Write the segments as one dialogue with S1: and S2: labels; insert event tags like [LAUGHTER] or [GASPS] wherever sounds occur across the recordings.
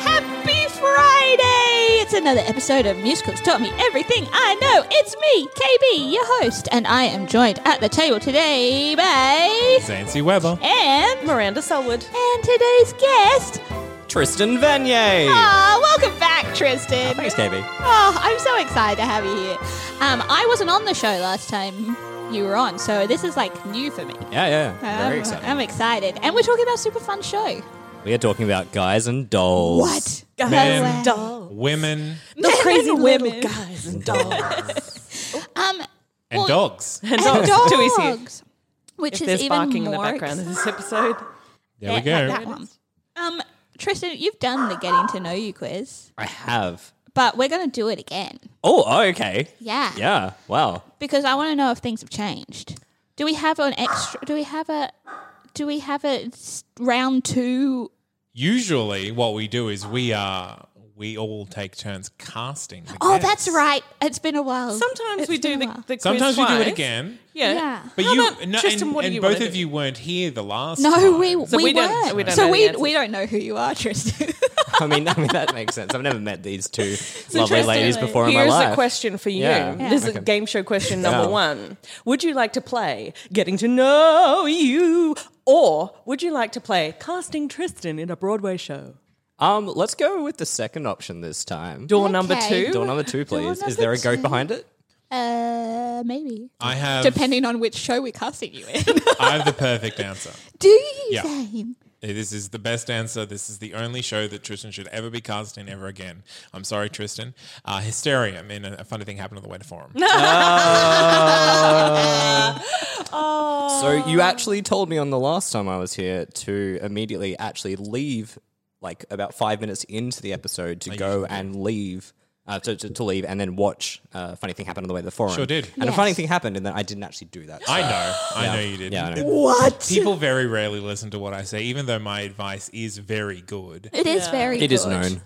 S1: Happy Friday! It's another episode of Musicals Taught Me Everything I Know. It's me, KB, your host, and I am joined at the table today by
S2: Zancy Weber.
S1: and
S3: Miranda Selwood.
S1: and today's guest.
S4: Tristan Venier.
S1: Ah, welcome back, Tristan.
S4: Thanks, KB.
S1: Oh, I'm so excited to have you here. Um, I wasn't on the show last time you were on, so this is like new for me.
S4: Yeah, yeah.
S1: I'm-
S4: Very exciting.
S1: I'm excited, and we're talking about a super fun show.
S4: we are talking about guys and dolls.
S1: What?
S3: Guys
S2: Men.
S3: and dolls.
S2: Women
S3: Those crazy
S1: and
S3: women.
S1: women.
S3: Guys and dolls.
S1: Um,
S2: and
S1: Well-
S2: dogs.
S3: [LAUGHS] and
S1: and
S3: dogs. Too easy.
S1: dogs, which
S3: If
S1: is
S3: there's
S1: even
S3: barking in the
S1: more
S3: background of this episode.
S2: There
S1: Yeah,
S2: we
S1: [LAUGHS]
S2: go.
S1: that one. Um, Tristan, you've done the getting to know you quiz,
S4: I have.
S1: but we're going to do it again.
S4: Oh, oh, okay.
S1: Yeah.
S4: Yeah. Wow.
S1: Because I want to know if things have changed. Do we have an extra? Do we have a? Do we have a s- round two?
S2: Usually, what we do is we are we all take turns casting. the
S1: Oh,
S2: guests.
S1: that's right. It's been a while.
S3: Sometimes
S1: It's
S3: we
S1: been
S3: do
S1: a
S3: the,
S1: while.
S3: the quiz
S2: Sometimes we do it
S3: twice.
S2: again.
S3: Yeah.
S1: Yeah.
S2: But
S3: How
S2: you
S3: about-
S2: no,
S3: Tristan,
S2: and,
S3: what do
S2: and
S3: you wanna
S2: both of
S3: do?
S2: you weren't here the last.
S1: No,
S2: time.
S1: we
S3: So
S1: we,
S3: we don't-
S1: were.
S3: we don't
S1: so
S3: know the
S1: we
S3: answers.
S1: we don't know who you are, Tristan.
S3: [LAUGHS]
S4: I mean, [LAUGHS] I mean that makes sense. I've never met these two lovely
S1: Tristan,
S4: ladies
S1: like,
S4: before in my
S3: Here's
S4: life.
S3: a question for you.
S4: Yeah.
S3: This is
S4: Okay.
S3: game show question number
S4: Yeah.
S3: one. Would you like to play Getting to Know You? Or would you like to play Casting Tristan in a Broadway show?
S4: Um, let's go with the second option this time.
S3: Door number
S1: Okay.
S3: two.
S4: Door number two, please.
S1: number
S4: is there a goat
S1: two.
S4: behind it?
S1: uh, maybe
S2: I have
S1: depending on which show we're casting you in.
S2: I have the perfect answer.
S1: do you,
S2: Yeah.
S1: Zane?
S2: This is the best answer. This is the only show that Tristan should ever be cast in ever again. I'm sorry, Tristan. Uh, Hysterium in a, a funny thing happened on the way to forum.
S1: Oh.
S4: [LAUGHS]
S1: Uh,
S4: So
S1: Um,
S4: you actually told me on the last time I was here to immediately actually leave, like about five minutes into the episode,
S2: Oh,
S4: to go and leave. Uh, to, to, to leave and then watch uh, funny thing happen on the way to the forum.
S2: Sure did.
S4: And a funny thing happened, and then I didn't actually do that.
S2: I know. I know you did.
S4: Yeah, I know.
S2: What? People very rarely listen to what I say, even though my advice is very good.
S1: It is very.
S4: It is
S1: good.
S4: known.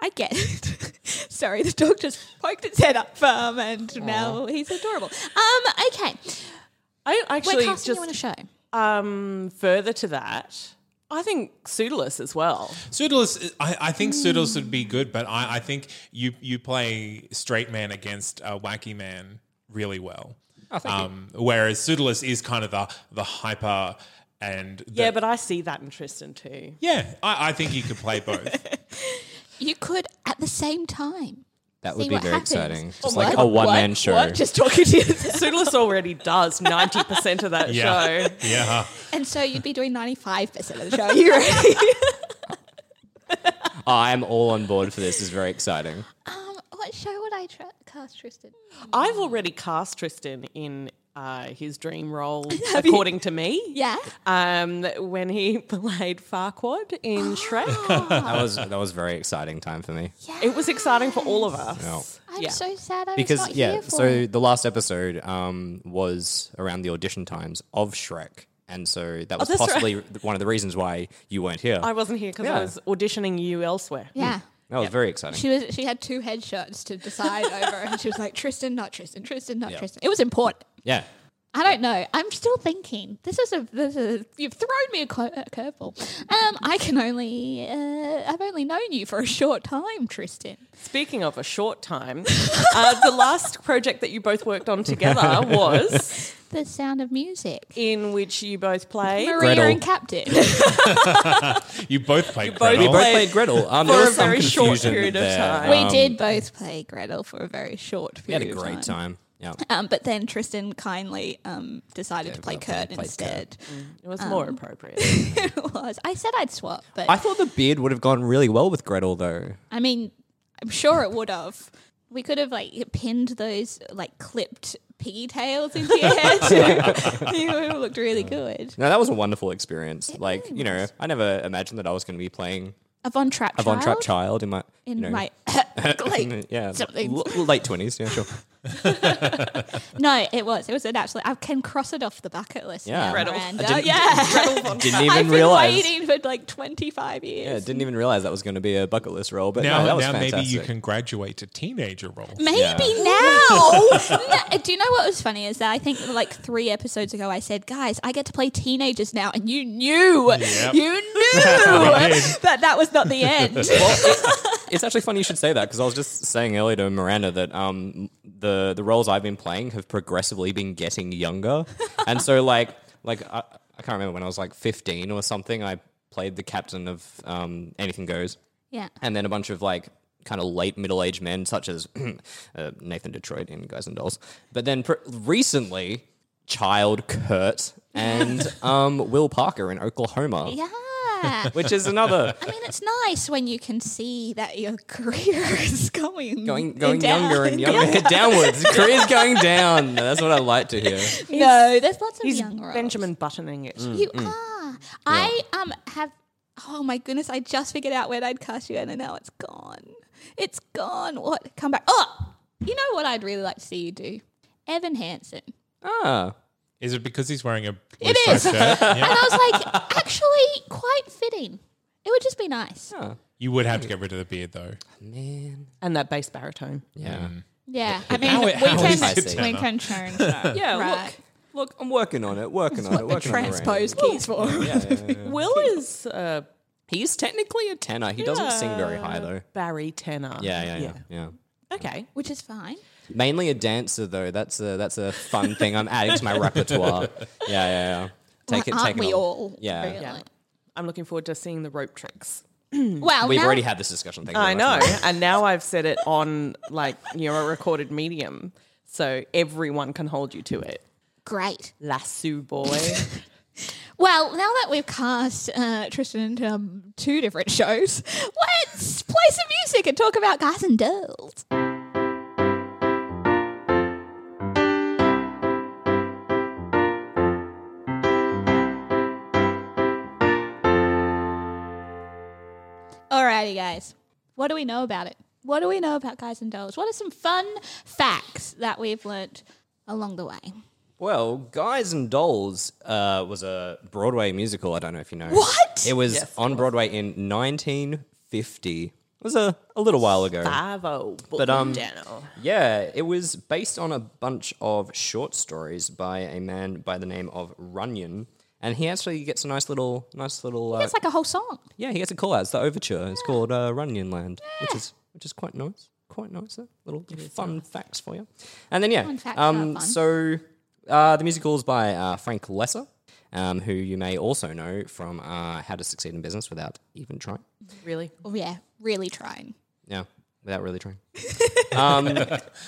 S1: I get it. [LAUGHS] Sorry, the dog just poked its head up, um, and now he's adorable. Um, okay,
S3: I
S1: we're
S3: actually
S1: casting
S3: just
S1: you on a show.
S3: um, further to that. I think Pseudolus as well.
S2: Pseudolus, I, I think Pseudolus would be good, but I, I think you you play straight man against a wacky man really well. um, Whereas Pseudolus is kind of the the hyper and the,
S3: Yeah, but I see that in Tristan too.
S2: yeah, I, I think you could play both.
S1: You could at the same time.
S4: That
S1: See
S4: would be
S1: what
S4: very
S1: happens. Oh,
S4: exciting.
S1: What?
S4: Just like a one man show.
S3: What? Just
S1: [LAUGHS]
S3: talking to you. Pseudolus already does 90% of
S2: [LAUGHS]
S3: that
S2: yeah,
S3: show.
S2: yeah.
S1: And so you'd be doing ninety five percent of the show. You ready?
S4: I'm all on board for this. It's
S1: [LAUGHS]
S4: very exciting.
S1: [LAUGHS] um, what show would I tra- cast Tristan?
S3: I've already cast Tristan in uh, his
S1: [LAUGHS]
S3: dream role, according to me.
S1: Yeah.
S3: Um, when he [LAUGHS] played Farquad
S1: [GASPS]
S3: in Shrek,
S1: Ah.
S4: That was that was a very exciting time for me.
S3: it was exciting for all of us.
S4: No.
S1: I'm
S3: Yeah.
S1: so sad I
S4: because
S1: was not
S4: yeah
S1: here for
S4: so
S1: it.
S4: the last episode um, was around the audition times of shrek and so that was
S3: that's
S4: possibly one of the reasons why you weren't here
S3: I wasn't here because
S4: Yeah.
S3: I was auditioning you elsewhere.
S1: Yeah.
S4: that was very exciting
S1: She was. She had two headshots to decide over, and she was like, "Tristan, not Tristan. Tristan, not Tristan." It was important.
S4: yeah
S1: I don't know. I'm still thinking. This is a, this is you've thrown me a, cu- a curveball. Um, I can only uh, I've only known you for a short time, Tristan. [LAUGHS] [LAUGHS]
S3: Speaking of a short time, uh, the last project that you both worked on together was
S1: The Sound of Music.
S3: in which you both play.
S1: Maria
S4: Gretel.
S1: and Captain.
S4: [LAUGHS]
S2: You both play
S3: both
S2: Gretel.
S4: Both played Gretel. Um, there
S3: for a
S4: was some
S3: very short
S4: confusion
S3: period of
S4: there.
S3: time.
S1: we
S4: Um,
S1: did both play Gretel for a very short
S4: We had
S1: period.
S4: a great
S1: of
S4: time. Yeah.
S1: Um, but then Tristan kindly um, decided to play Kurt instead.
S3: It was more
S1: um, [LAUGHS]
S3: appropriate.
S1: it was. I said I'd swap, but
S4: Mm. I
S1: I,
S4: thought the beard would have gone really well with Gretel, though.
S1: mean, I'm sure it would have. We could have like pinned those like clipped piggy tails into your [LAUGHS] hair too. you would have looked really good.
S4: No, that was a wonderful experience. like, you know, I never imagined that I was going to be playing
S1: A Von Trapp
S4: a Von Trapp
S1: child
S4: child in my
S1: in
S4: you know, [LAUGHS]
S1: my [LAUGHS] like
S4: yeah
S1: something.
S4: l- late twenties. Yeah, sure.
S1: No, it was. It was an absolute. I can cross it off the bucket list.
S4: Yeah.
S1: now,
S4: Gretel.
S1: Miranda.
S4: I didn't-
S1: yeah.
S4: Didn't
S1: I've
S4: [LAUGHS] even
S1: been
S4: realize.
S1: waiting for like 25 years.
S4: Yeah, didn't even realize that was going to be a bucket list role. But
S2: Now,
S4: no, that was
S2: now
S4: fantastic.
S2: maybe you can graduate to teenager role.
S1: Maybe
S4: Yeah. [LAUGHS]
S1: now. No, do you know what was funny is that I think like three episodes ago I said, guys, I get to play teenagers now, and you knew,
S2: Yep.
S1: you
S4: [LAUGHS]
S1: knew that that was not the end.
S4: It's actually funny you should say that because I was just saying earlier to Miranda that um, the the roles I've been playing have progressively been getting younger, and so like like I, I can't remember when I was like fifteen or something. I played the captain of um, Anything Goes,
S1: yeah.
S4: and then a bunch of like kind of late middle aged men such as [CLEARS THROAT] uh, Nathan Detroit in Guys and Dolls, but then pr- recently Child Kurt and um, Will Parker in Oklahoma,
S1: Yeah.
S4: which is another.
S1: I mean, it's nice when you can see that your [LAUGHS] career is going
S4: going going
S1: down.
S4: younger
S1: [LAUGHS]
S4: and younger downwards. [LAUGHS] Career's going down. That's what I like to hear.
S1: No, there's lots of
S3: He's
S1: young roles.
S3: Benjamin buttoning it.
S4: Mm.
S1: You
S4: Mm-hmm.
S1: are. I um have. Oh my goodness! I just figured out where I'd cast you in, and now it's gone. It's gone. What? Come back. Oh, you know what? I'd really like to see you do, Evan Hansen.
S4: Ah,
S2: Is it because he's wearing a blue
S1: It
S2: striped
S1: is.
S2: shirt? Yeah.
S1: And I was
S4: [LAUGHS]
S1: like, actually, quite fitting. It would just be nice.
S2: You would have to get rid of the beard though.
S4: man.
S3: And that bass baritone.
S4: Yeah.
S1: Yeah, I mean,
S2: How-
S1: we
S2: how
S1: can
S2: is
S4: it
S1: we
S2: Turner?
S1: can change that.
S3: Yeah,
S1: right.
S4: Look, I'm working on it. Working on it. Working on it.
S1: Transpose keys for.
S3: look. Will is uh,
S4: He's technically a tenor. He doesn't sing very high though.
S3: Barry Tenor.
S4: Yeah, yeah, yeah, yeah.
S3: Okay.
S1: Which is fine.
S4: Mainly a dancer though. That's a that's a fun thing I'm adding to my repertoire. Yeah, yeah, yeah. Take it, take
S1: Aren't
S4: it.
S1: we
S4: on.
S1: all?
S4: Yeah.
S1: really?
S3: Yeah. I'm looking forward to seeing the rope tricks.
S1: Well,
S4: We've
S1: now-
S4: already had this discussion. Thank you
S3: I
S4: very much,
S3: [LAUGHS] know.
S4: [LAUGHS]
S3: and now I've said it on like you know a recorded medium. So everyone can hold you to it.
S1: great.
S3: Lasso [LAUGHS] boy.
S1: Well, now that we've cast uh, Tristan into um, two different shows, [LAUGHS] let's play some music and talk about guys and dolls. Alrighty, guys. What do we know about it? What do we know about guys and dolls? What are some fun facts that we've learnt along the way?
S4: Well, Guys and Dolls uh, was a Broadway musical. I don't know if you know.
S1: What?
S4: It was on Broadway in 1950. It was a, a little while ago.
S3: Bravo.
S4: But, um, Yeah, it was based on a bunch of short stories by a man by the name of Runyon. And he actually gets a nice little, nice little. Uh,
S1: It's like a whole song.
S4: yeah, he gets a call out. It's the overture. It's called uh, Runyon Land, which is which is quite nice. Quite nice. uh, Little fun facts for you. And then yeah,
S1: facts are
S4: um,
S1: fun.
S4: so uh, the musical is by uh, Frank Lesser, um, who you may also know from uh, How to Succeed in Business Without Even Trying.
S3: Really?
S1: Oh, yeah, really trying.
S4: Yeah, without
S1: [LAUGHS]
S4: really trying. um,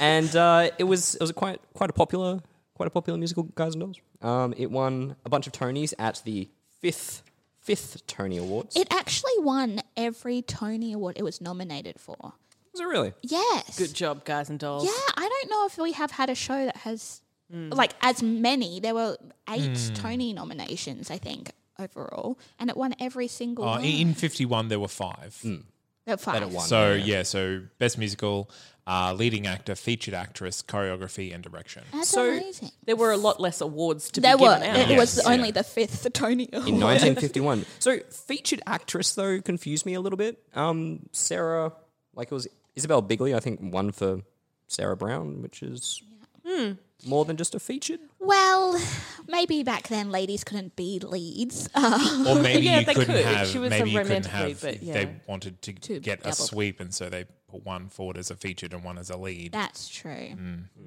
S4: and uh, it was it was a quite quite a popular quite a popular musical, guys and dolls. Um, it won a bunch of Tonys at the fifth fifth Tony Awards.
S1: It actually won every Tony Award it was nominated for.
S4: was it really?
S1: Yes.
S3: Good job, guys and dolls.
S1: Yeah, I don't know if we have had a show that has like as many. There were eight Tony nominations, I think, overall, and it won every single
S2: Uh,
S1: one.
S2: in in 51, there were five.
S3: Hmm.
S1: No, five.
S4: it won.
S2: So, yeah. so best musical, uh, leading actor, featured actress, choreography, and direction.
S1: That's
S4: So-
S1: amazing.
S3: There were a lot less awards to
S1: There
S3: be
S1: were.
S3: given out.
S1: It was
S2: Yes.
S1: only
S2: Yeah.
S1: the fifth Tony Award.
S4: In 1951. [LAUGHS] so featured actress though confused me a little bit. Um, Sarah, like it was Isabel Bigley, I think won for Sarah Brown, which is
S1: Hmm.
S4: more than just a featured.
S1: well, maybe back then ladies couldn't be leads. [LAUGHS]
S3: [LAUGHS]
S2: Or maybe
S3: Yeah,
S2: you
S3: they
S2: couldn't
S3: could.
S2: have.
S3: She was a
S2: Maybe you couldn't
S3: romantic lead,
S2: have.
S3: but yeah.
S2: They wanted to get a
S1: double.
S2: sweep, and so they one forward as a featured and one as a lead.
S1: That's true.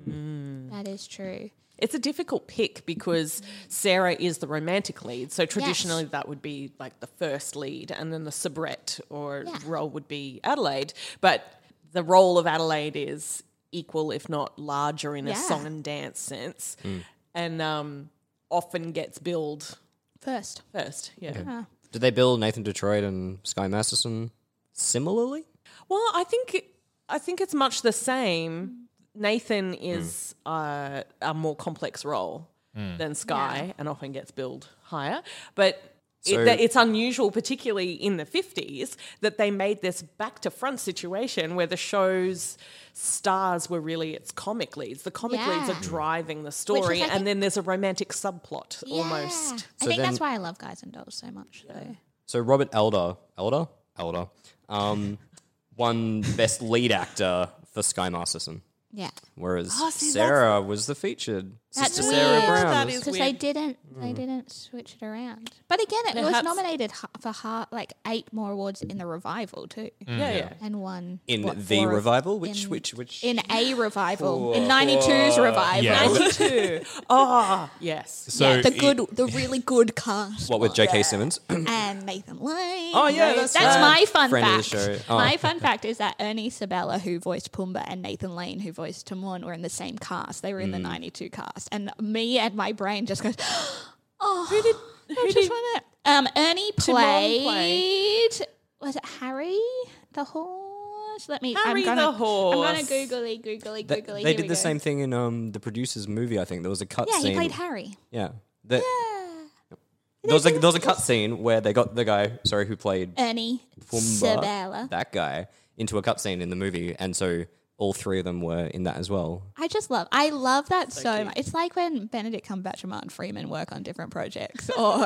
S1: That is true.
S3: It's a difficult pick because Sarah is the romantic lead. So traditionally, that would be like the first lead, and then the soubrette or
S1: Yeah.
S3: role would be Adelaide. But the role of Adelaide is equal, if not larger, in
S1: Yeah.
S3: a song and dance sense, and um, often gets billed
S1: First.
S3: first. Yeah.
S4: Did they bill Nathan Detroit and Sky Masterson similarly?
S3: Well, I think I think it's much the same. Nathan is uh, a more complex role
S4: Hmm.
S3: than Sky, and often gets billed higher. But
S4: So-
S3: it, that it's unusual, particularly in the fifties, that they made this back to front situation where the show's stars were really its comic leads. The comic leads
S1: Yeah.
S3: are driving the story,
S1: I think-
S3: and then there's a romantic subplot
S1: Yeah.
S3: almost.
S1: I
S4: So
S1: think that's
S4: then-
S1: why I love Guys and Dolls so much. Though.
S4: So Robert Elder, Elder, Elder, [LAUGHS] um, won Best Lead Actor for Sky Masterson,
S1: Yeah.
S4: whereas
S3: see, that's-
S4: Sarah was the featured
S1: Oh, That's
S4: sister
S1: weird.
S4: Sarah Brown.
S3: That
S4: was-
S3: is
S1: because they
S3: weird.
S1: didn't they
S4: Mm.
S1: didn't switch it around. But again, it was
S3: Perhaps-
S1: nominated h- for ha- like eight more awards in the revival too,
S4: Hmm.
S3: Yeah, yeah.
S1: and one
S4: Mm. in
S1: what,
S4: the
S1: four of-
S4: revival, which
S1: in-
S4: which which
S1: in a revival in '92's revival.
S2: Yeah.
S1: [LAUGHS]
S3: Two. Ah, yes.
S2: So
S1: Yeah, the
S2: it-
S1: good, the really good cast.
S4: what with J.K. Simmons? [CLEARS THROAT]
S1: and Nathan Lane.
S4: Oh, yeah, that's right.
S1: my fun
S4: Friend of the
S1: fact.
S4: show. Oh.
S1: My fun fact is that Ernie Sabella, who voiced Pumbaa, and Nathan Lane, who voiced Timon, were in the same cast. They were
S4: Mm.
S1: in the '92 cast, and me and my brain just goes, [GASPS] "Oh, who did? Who I just
S3: did-
S1: want to." Um, Ernie
S3: played-
S1: played, Was it Harry the horse? Let me.
S3: Harry
S1: I'm
S3: the
S1: gonna, I'm gonna
S3: horse.
S1: googly, googly,
S4: They,
S1: googly.
S4: they
S1: Here
S4: did
S1: we
S4: the
S1: go.
S4: same thing in um, the producer's movie. I think there was a cut
S1: Yeah,
S4: scene.
S1: he played Harry.
S4: Yeah. That- There was, like, there was a cut scene where they got the guy, sorry, who played
S1: Ernie
S4: Pumbaa,
S1: Sabella.
S4: that guy, into a cut scene in the movie, and so all three of them were in that as well.
S1: I just love. I love that so, much. It's like when Benedict Cumberbatch and Martin Freeman work on different [LAUGHS] projects, or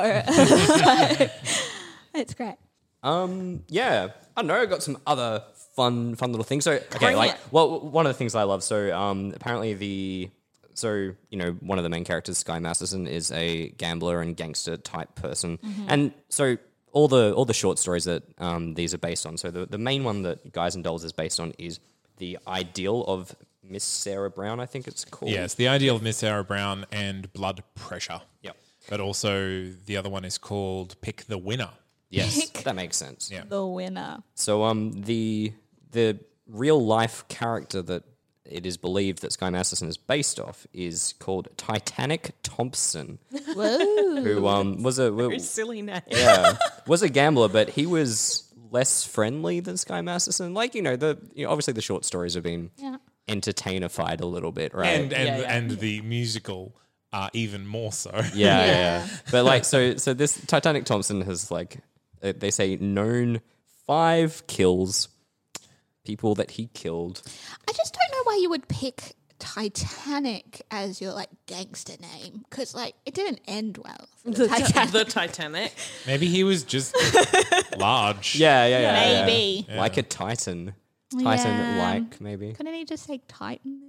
S1: it's great.
S4: Um, yeah, I don't know. I got some other fun, fun little things. So okay, like
S1: it.
S4: well, w- one of the things I love. So um, apparently the so you know one of the main characters, Sky Masterson, is a gambler and gangster type person, and so. All the all the short stories that um, these are based on. So the, the main one that Guys and Dolls is based on is the ideal of Miss Sarah Brown. I think it's called.
S2: Yes, the ideal of Miss Sarah Brown and blood pressure.
S4: Yep.
S2: But also the other one is called Pick the Winner.
S4: Yes, that makes sense. Yeah.
S1: The winner.
S4: So um the the real life character that it is believed that Sky Masterson is based off is called Titanic Thompson,
S1: Whoa!
S4: who um was a wa-
S3: Silly name.
S4: yeah, was a gambler, but he was less friendly than Sky Masterson. Like you know the you know, obviously the short stories have been entertainerfied a little bit, right?
S2: And and and the musical uh, even more so.
S4: yeah, yeah. yeah. But like, so so this Titanic Thompson has like uh, they say known five kills, people that he killed.
S1: I just don't know why you would pick Titanic as your like gangster name because like it didn't end well. for the Titanic.
S3: [LAUGHS] the Titanic.
S2: [LAUGHS] Maybe he was
S3: [LAUGHS]
S2: just large.
S4: Yeah, yeah, yeah. yeah.
S1: Maybe.
S4: Like a Titan. Titan like, maybe.
S1: Couldn't he just say Titan? [LAUGHS]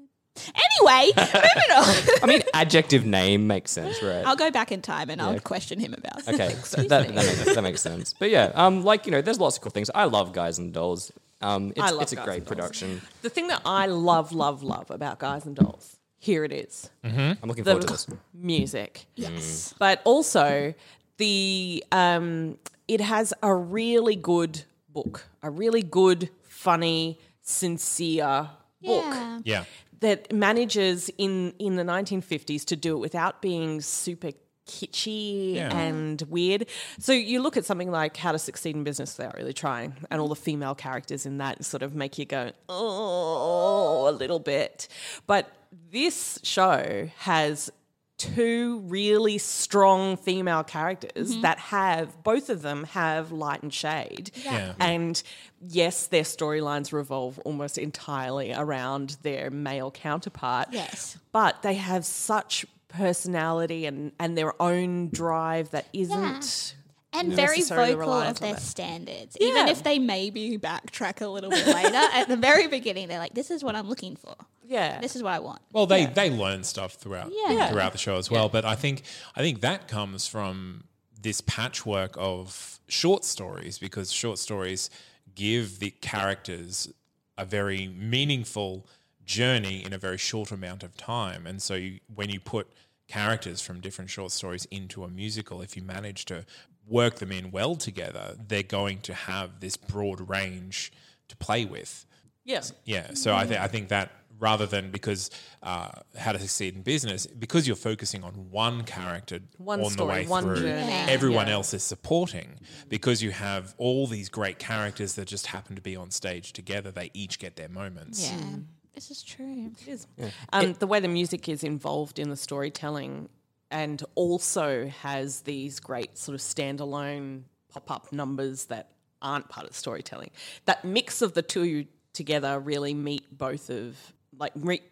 S1: Anyway, moving on.
S4: I mean, adjective name makes sense, right?
S1: I'll go back in time and I'll question him about. it.
S4: Okay, that, that, makes, that makes sense. But yeah, um, like, you know, there's lots of cool things. I love Guys and Dolls. Um, it's,
S3: love
S4: it's a
S3: Guys
S4: great
S3: and Dolls.
S4: production.
S3: The thing that I love, love, love about Guys and Dolls, here it is
S4: I'm looking
S3: the
S4: forward to this.
S3: music.
S1: Yes.
S3: But also, the um, it has a really good book, a really good, funny, sincere book
S1: Yeah.
S2: Yeah.
S3: that manages in in the 1950s to do it without being super kitschy
S2: Yeah.
S3: and weird. So you look at something like How to Succeed in Business Without Really Trying, and all the female characters in that sort of make you go oh a little bit. But this show has two really strong female characters that have both of them have light and shade
S2: Yeah.
S3: and yes their storylines revolve almost entirely around their male counterpart
S1: Yes.
S3: but they have such personality and and their own drive that isn't
S1: and very
S3: necessarily
S1: vocal
S3: reliant
S1: of
S3: on
S1: their
S3: it.
S1: standards.
S3: Yeah.
S1: Even if they maybe backtrack a little bit later, at the very beginning, they're like, "This is what I'm looking for.
S3: yeah,
S1: This is what I want."
S2: Well, they they learn stuff throughout
S1: Yeah.
S2: throughout the show as well. But I think I think that comes from this patchwork of short stories because short stories give the characters a very meaningful journey in a very short amount of time. And so you, when you put characters from different short stories into a musical, if you manage to work them in well together, they're going to have this broad range to play with.
S3: Yes.
S2: Yeah. So I, th- I think that rather than because uh, how to succeed in business, because you're focusing on one character
S3: One
S2: on the
S3: story,
S2: way
S3: one
S2: through,
S3: journey. Yeah.
S2: everyone
S3: Yeah.
S2: else is supporting. Because you have all these great characters that just happen to be on stage together, they each get their moments.
S1: Yeah. This is true. It is.
S3: Um, the way the music is involved in the storytelling and also has these great sort of standalone pop up numbers that aren't part of storytelling. That mix of the two together really meet both of, like, re-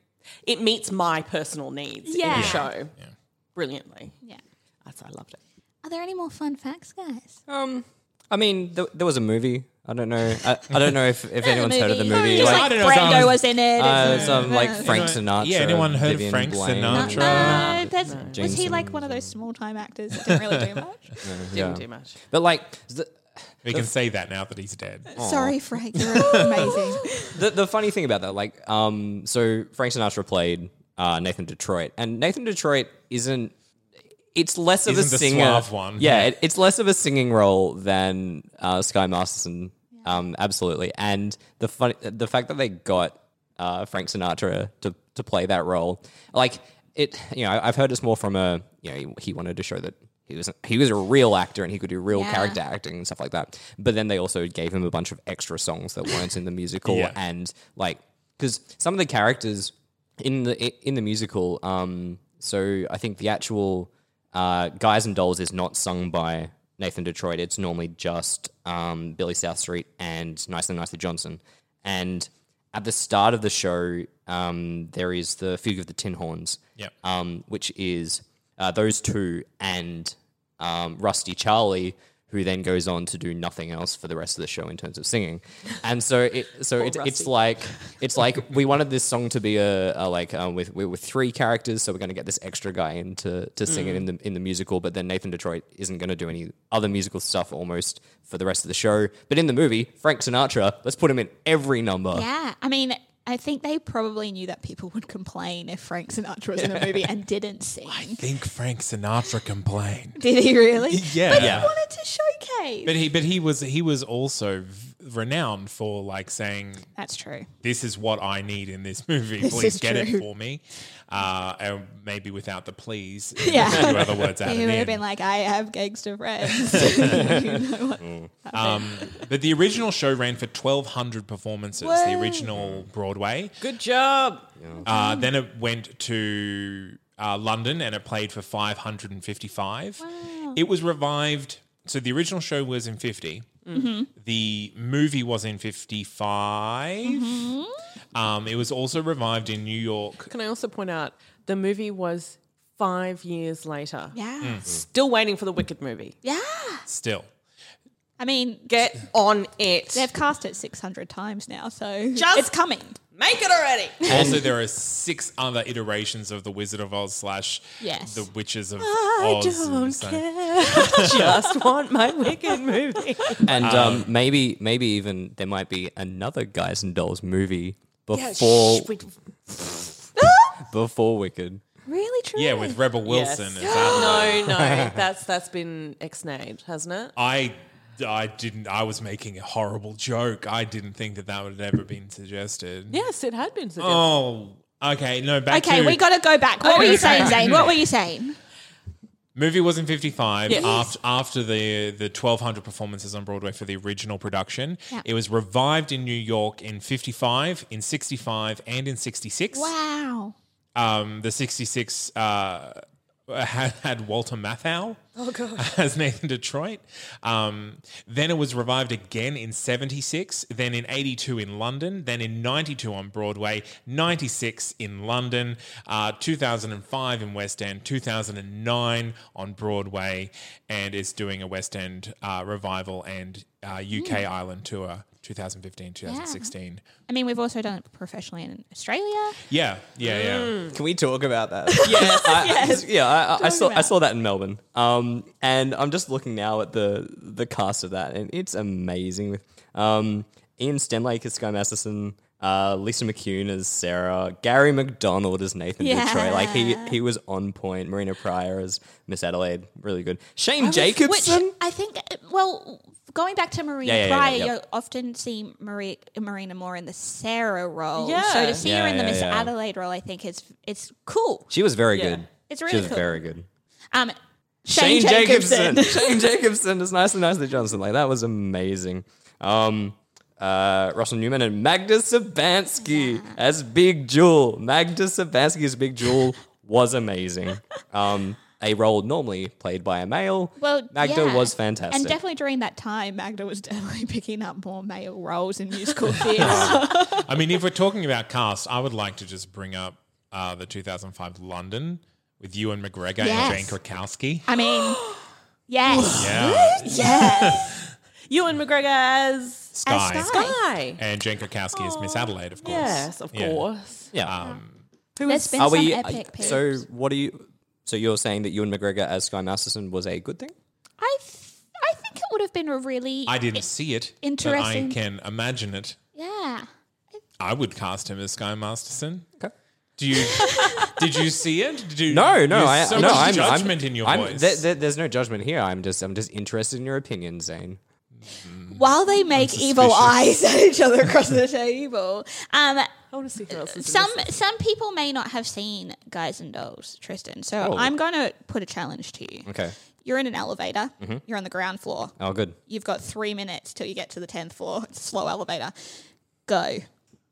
S3: it meets my personal needs in
S1: Yeah.
S3: the show brilliantly.
S1: Yeah.
S3: That's, I loved it.
S1: Are there any more fun facts, guys?
S4: Um, I mean, th- there was a movie. I don't know. I, I don't know if, if anyone's heard of the movie.
S1: Just like,
S2: like- I don't know,
S1: Brando
S2: some-
S1: was in it.
S4: uh,
S1: isn't it? [LAUGHS]
S4: some like
S1: Yeah.
S4: Frank
S2: Anyone-
S4: Sinatra.
S2: yeah, anyone heard of
S4: Vivian
S2: Frank
S4: Blaine.
S2: Sinatra?
S1: No, that's, was he
S4: Jameson-
S1: like one of those small time actors that didn't [LAUGHS] really do much?
S3: Didn't do much.
S4: But like the,
S2: We can say that now that he's dead.
S1: Sorry, Frank, you're [LAUGHS] amazing.
S4: the the funny thing about that, like, um, so Frank Sinatra played uh, Nathan Detroit, and Nathan Detroit isn't. It's less of
S2: Isn't
S4: a
S2: the
S4: singer.
S2: suave one.
S4: Yeah, it, it's less of a singing role than uh, Sky Masterson. Um, absolutely, and the fun, the fact that they got uh, Frank Sinatra to to play that role, like it. You know, I've heard it's more from a you know he, he wanted to show that. He was, he was a real actor and he could do real
S1: Yeah.
S4: character acting and stuff like that. But then they also gave him a bunch of extra songs that weren't in the
S2: [LAUGHS]
S4: musical
S2: Yeah.
S4: and like because some of the characters in the in the musical um so i think the actual uh guys and dolls is not sung by nathan detroit it's normally just um billy Southstreet and nicely nicely johnson and at the start of the show um there is the fugue of the tin horns
S2: Yep.
S4: um which is uh, those two and um, Rusty Charlie, who then goes on to do nothing else for the rest of the show in terms of singing. And so, it, so it, it's like it's like we wanted this song to be a, a like um, with with with three characters, so we're going to get this extra guy in to, to sing it in the in the musical. But then Nathan Detroit isn't going to do any other musical stuff almost for the rest of the show. But in the movie, Frank Sinatra, let's put him in every number.
S1: Yeah, I mean, I think they probably knew that people would complain if Frank Sinatra was in a movie and didn't sing.
S2: Think Frank Sinatra complained.
S1: Did he really?
S2: Yeah.
S1: but
S2: Yeah.
S1: he wanted to showcase.
S2: But he, but he was, he was also v- renowned for like saying
S1: That's true.
S2: this is what I need in this movie.
S1: is
S2: Please get
S1: true.
S2: it for me. Uh, and maybe without the please,
S1: [LAUGHS] Yeah.
S2: yeah. a few
S1: [LAUGHS]
S2: other words
S1: He
S2: added
S1: would have
S2: in.
S1: been like, "I have gangster friends." you know what?
S2: um, but the original show ran for 1,200 performances, the original Broadway.
S3: Good job.
S2: Uh, then it went to uh, London and it played for 555. It was revived. So the original show was in 50. The movie was in 55. Um, it was also revived in New York
S3: Can I also point out the movie was five years later?
S1: Yeah,
S3: Still waiting for the Wicked movie.
S1: yeah.
S2: still.
S1: I mean,
S3: Get on it.
S1: they've cast it six hundred times now, so
S3: Just-
S1: it's coming.
S3: Make it already.
S2: Also, there are six other iterations of the Wizard of Oz slash
S1: Yes.
S2: the Witches of Oz. and so-
S3: [LAUGHS] Just want my Wicked movie.
S4: And
S1: Uh-huh.
S4: um, maybe maybe even there might be another Guys and Dolls movie before
S3: Shh, we-
S4: [LAUGHS] before Wicked.
S1: Really true.
S2: Yeah, with Rebel Wilson.
S3: Yes.
S2: and that.
S3: [GASPS] No, no,
S2: [LAUGHS]
S3: that's that's been ex-nayed, hasn't it?
S2: I, I didn't. I was making a horrible joke. I didn't think that that would have ever been suggested.
S3: Yes, it had been suggested.
S2: Oh, okay. No, back
S1: Okay,
S2: to-
S1: we got to go back. What were you saying, Zane? What were you saying?
S2: Movie was in 55
S3: Yes.
S2: after, after the, the 1,200 performances on Broadway for the original production.
S1: Yeah.
S2: It was revived in New York in 55, in 65, and in 66.
S1: Wow.
S2: um, the 66 uh, [LAUGHS] had, had Walter Matthau [LAUGHS] as Nathan Detroit. Um, then it was revived again in 76, then in 82 in London, then in 92 on Broadway, 96 in London, uh, 2005 in West End, 2009 on Broadway, and it's doing a West End uh, revival and uh, UK Island tour. 2015, 2016.
S1: I mean, we've also done it professionally in Australia.
S2: Yeah, yeah, yeah.
S1: Hmm.
S4: Can we talk
S1: [LAUGHS]
S4: about that? yes, I, yeah. I- I, I saw I saw that in Melbourne. Um, and I'm just looking now at the the cast of that, and it's amazing with um Ian Stenlake as Sky Masterson, Uh, Lisa McCune as Sarah, Gary McDonald as Nathan
S1: Yeah.
S4: Detroit. Like he he was on point. Marina Pryor as Miss Adelaide, really good. Shane
S1: I was-
S4: Oh, Jacobson.
S1: Which I think, uh, well, going back to Marina
S4: Yeah, yeah, yeah,
S1: Pryor,
S4: yeah.
S1: you often see Maria, Marina more in the Sarah role.
S3: Yeah.
S1: So to see her
S4: Yeah,
S1: in the
S4: yeah,
S1: Miss
S4: yeah.
S1: Adelaide role, I think is it's cool.
S4: she was very
S3: Yeah.
S4: good.
S1: It's
S4: she
S1: really
S4: was
S1: cool.
S4: very good.
S1: Um, Shane, Jacobson.
S4: Shane Jacobson is nicely, nicely Johnson. Like that was amazing. Um, uh, Russell Newman and Magda Sabansky as Big Jewel. Magda Sabansky as Big Jewel
S1: [LAUGHS]
S4: was amazing. Um, a role normally played by a male.
S1: [LAUGHS] Well,
S4: Magda
S1: yeah.
S4: was fantastic.
S1: And definitely during that time, Magda was [LAUGHS] definitely picking up more male roles in musical theatre.
S2: I mean, if we're talking about cast, I would like to just bring up uh, the 2005 London with Ewan McGregor
S1: Yes.
S2: and Jane Krakowski.
S1: I mean, yes.
S2: Yeah,
S3: Ewan McGregor as
S2: Sky.
S1: As Sky.
S3: Guy.
S2: And Jane Krakowski is Miss Adelaide, of course.
S3: Yes, of
S2: Yeah.
S3: course.
S4: yeah.
S1: There's been
S4: Are
S1: some
S4: we?
S1: epic
S4: uh, so
S1: peaks.
S4: what are you? So you're saying that Ewan McGregor as Sky Masterson was a good thing?
S1: I, th- I think it would have been a really.
S2: I didn't see it.
S1: Interesting.
S2: But I can imagine it.
S1: yeah.
S2: I would cast him as Sky Masterson. Okay.
S1: [LAUGHS]
S2: Do you? did you see it? Did you,
S4: No, no,
S2: there's
S4: I,
S2: so
S4: no,
S2: much
S4: I'm,
S2: judgment
S4: I'm,
S2: in your
S4: I'm,
S2: voice.
S4: there- there- there's no judgment here. I'm just, I'm just interested in your opinion, Zane.
S1: While they make evil eyes at each other across the table, um,
S3: I want to see who else is in
S1: some
S3: this.
S1: some people may not have seen Guys and Dolls, Tristan. So
S4: Oh.
S1: I'm going to put a challenge to you.
S4: Okay. Mm-hmm.
S1: You're in an elevator. You're on the ground floor.
S4: Oh, good.
S1: You've got three minutes till you get to the tenth floor. It's a slow elevator. Go.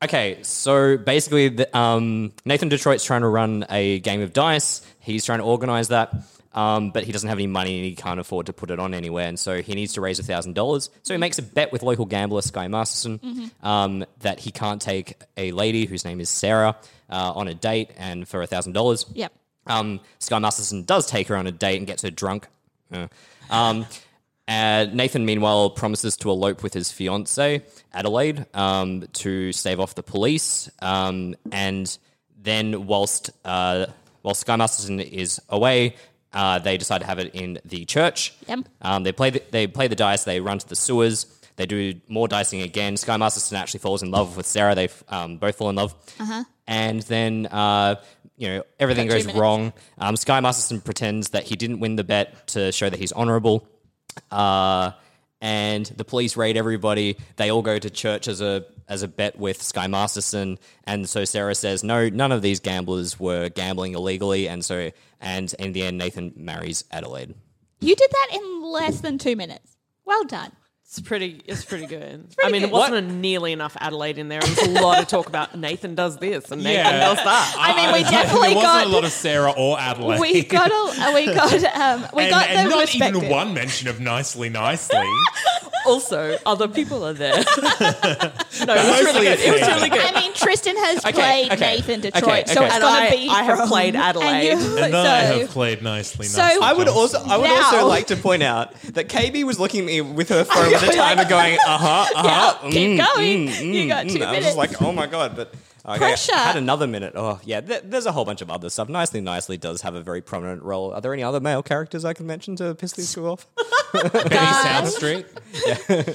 S4: Okay, so basically, the, um, Nathan Detroit's trying to run a game of dice. He's trying to organize that, um, but he doesn't have any money and he can't afford to put it on anywhere. And so he needs to raise thousand dollars. So he makes a bet with local gambler Sky Masterson um, that he can't take a lady whose name is Sarah uh, on a date, and for thousand dollars.
S1: Yep.
S4: Um, Sky Masterson does take her on a date and gets her drunk. Uh, Um, and Nathan, meanwhile, promises to elope with his fiancee, Adelaide, um, to stave off the police. Um, and then, whilst uh, whilst Sky Masterson is away, uh, they decide to have it in the church.
S1: Yep.
S4: Um, they play the, they play the dice. They run to the sewers. They do more dicing again. Sky Masterson actually falls in love with Sarah. They um, both fall in love. Uh-huh. And then uh, you know everything
S1: Got two
S4: goes
S1: minutes.
S4: wrong. Um, Sky Masterson pretends that he didn't win the bet to show that he's honourable. Uh, and the police raid everybody. They all go to church as a as a bet with Sky Masterson. And so Sarah says, no, none of these gamblers were gambling illegally. And so and in the end, Nathan marries Adelaide.
S1: You did that in less than two minutes. Well done.
S3: It's pretty. It's pretty good. I
S1: pretty
S3: mean,
S1: good.
S3: it wasn't a nearly enough Adelaide in there. It was a lot of talk about Nathan does this and Nathan
S2: Yeah.
S3: does that.
S1: I mean, we definitely
S2: [LAUGHS] there wasn't
S1: got
S2: a lot of Sarah or Adelaide.
S1: we got a, we got um,
S2: [LAUGHS]
S1: we
S2: and,
S1: got
S2: and
S1: the
S2: not
S1: respected.
S2: even one mention of
S1: [LAUGHS]
S2: nicely, nicely.
S3: also, other people are
S2: [LAUGHS]
S3: there. no, it was really good. It was really good.
S1: I mean, Tristan has
S4: Okay,
S1: played
S4: okay,
S1: Nathan
S4: okay,
S1: Detroit, so
S4: okay.
S1: it's
S3: And
S1: gonna
S3: I-
S1: be.
S3: I have
S1: from-
S3: played
S1: and
S3: Adelaide.
S1: you-
S2: and I
S1: so-
S2: have played nicely,
S1: so-
S2: nicely.
S1: I would
S2: Johnson.
S4: I
S1: would also Now- like
S4: to point out that KB was looking at me with her phone at the time and going, uh huh, uh
S1: Yeah, keep going. [LAUGHS] you got two
S4: I was
S1: minutes.
S4: just like, oh my god, but okay,
S1: Pressure.
S4: I had another minute. Oh yeah, th- there's a whole bunch of other stuff. Nicely, nicely does have a very prominent role. Are there any other male characters I can mention to piss these two [LAUGHS] off?
S2: Benny South Street.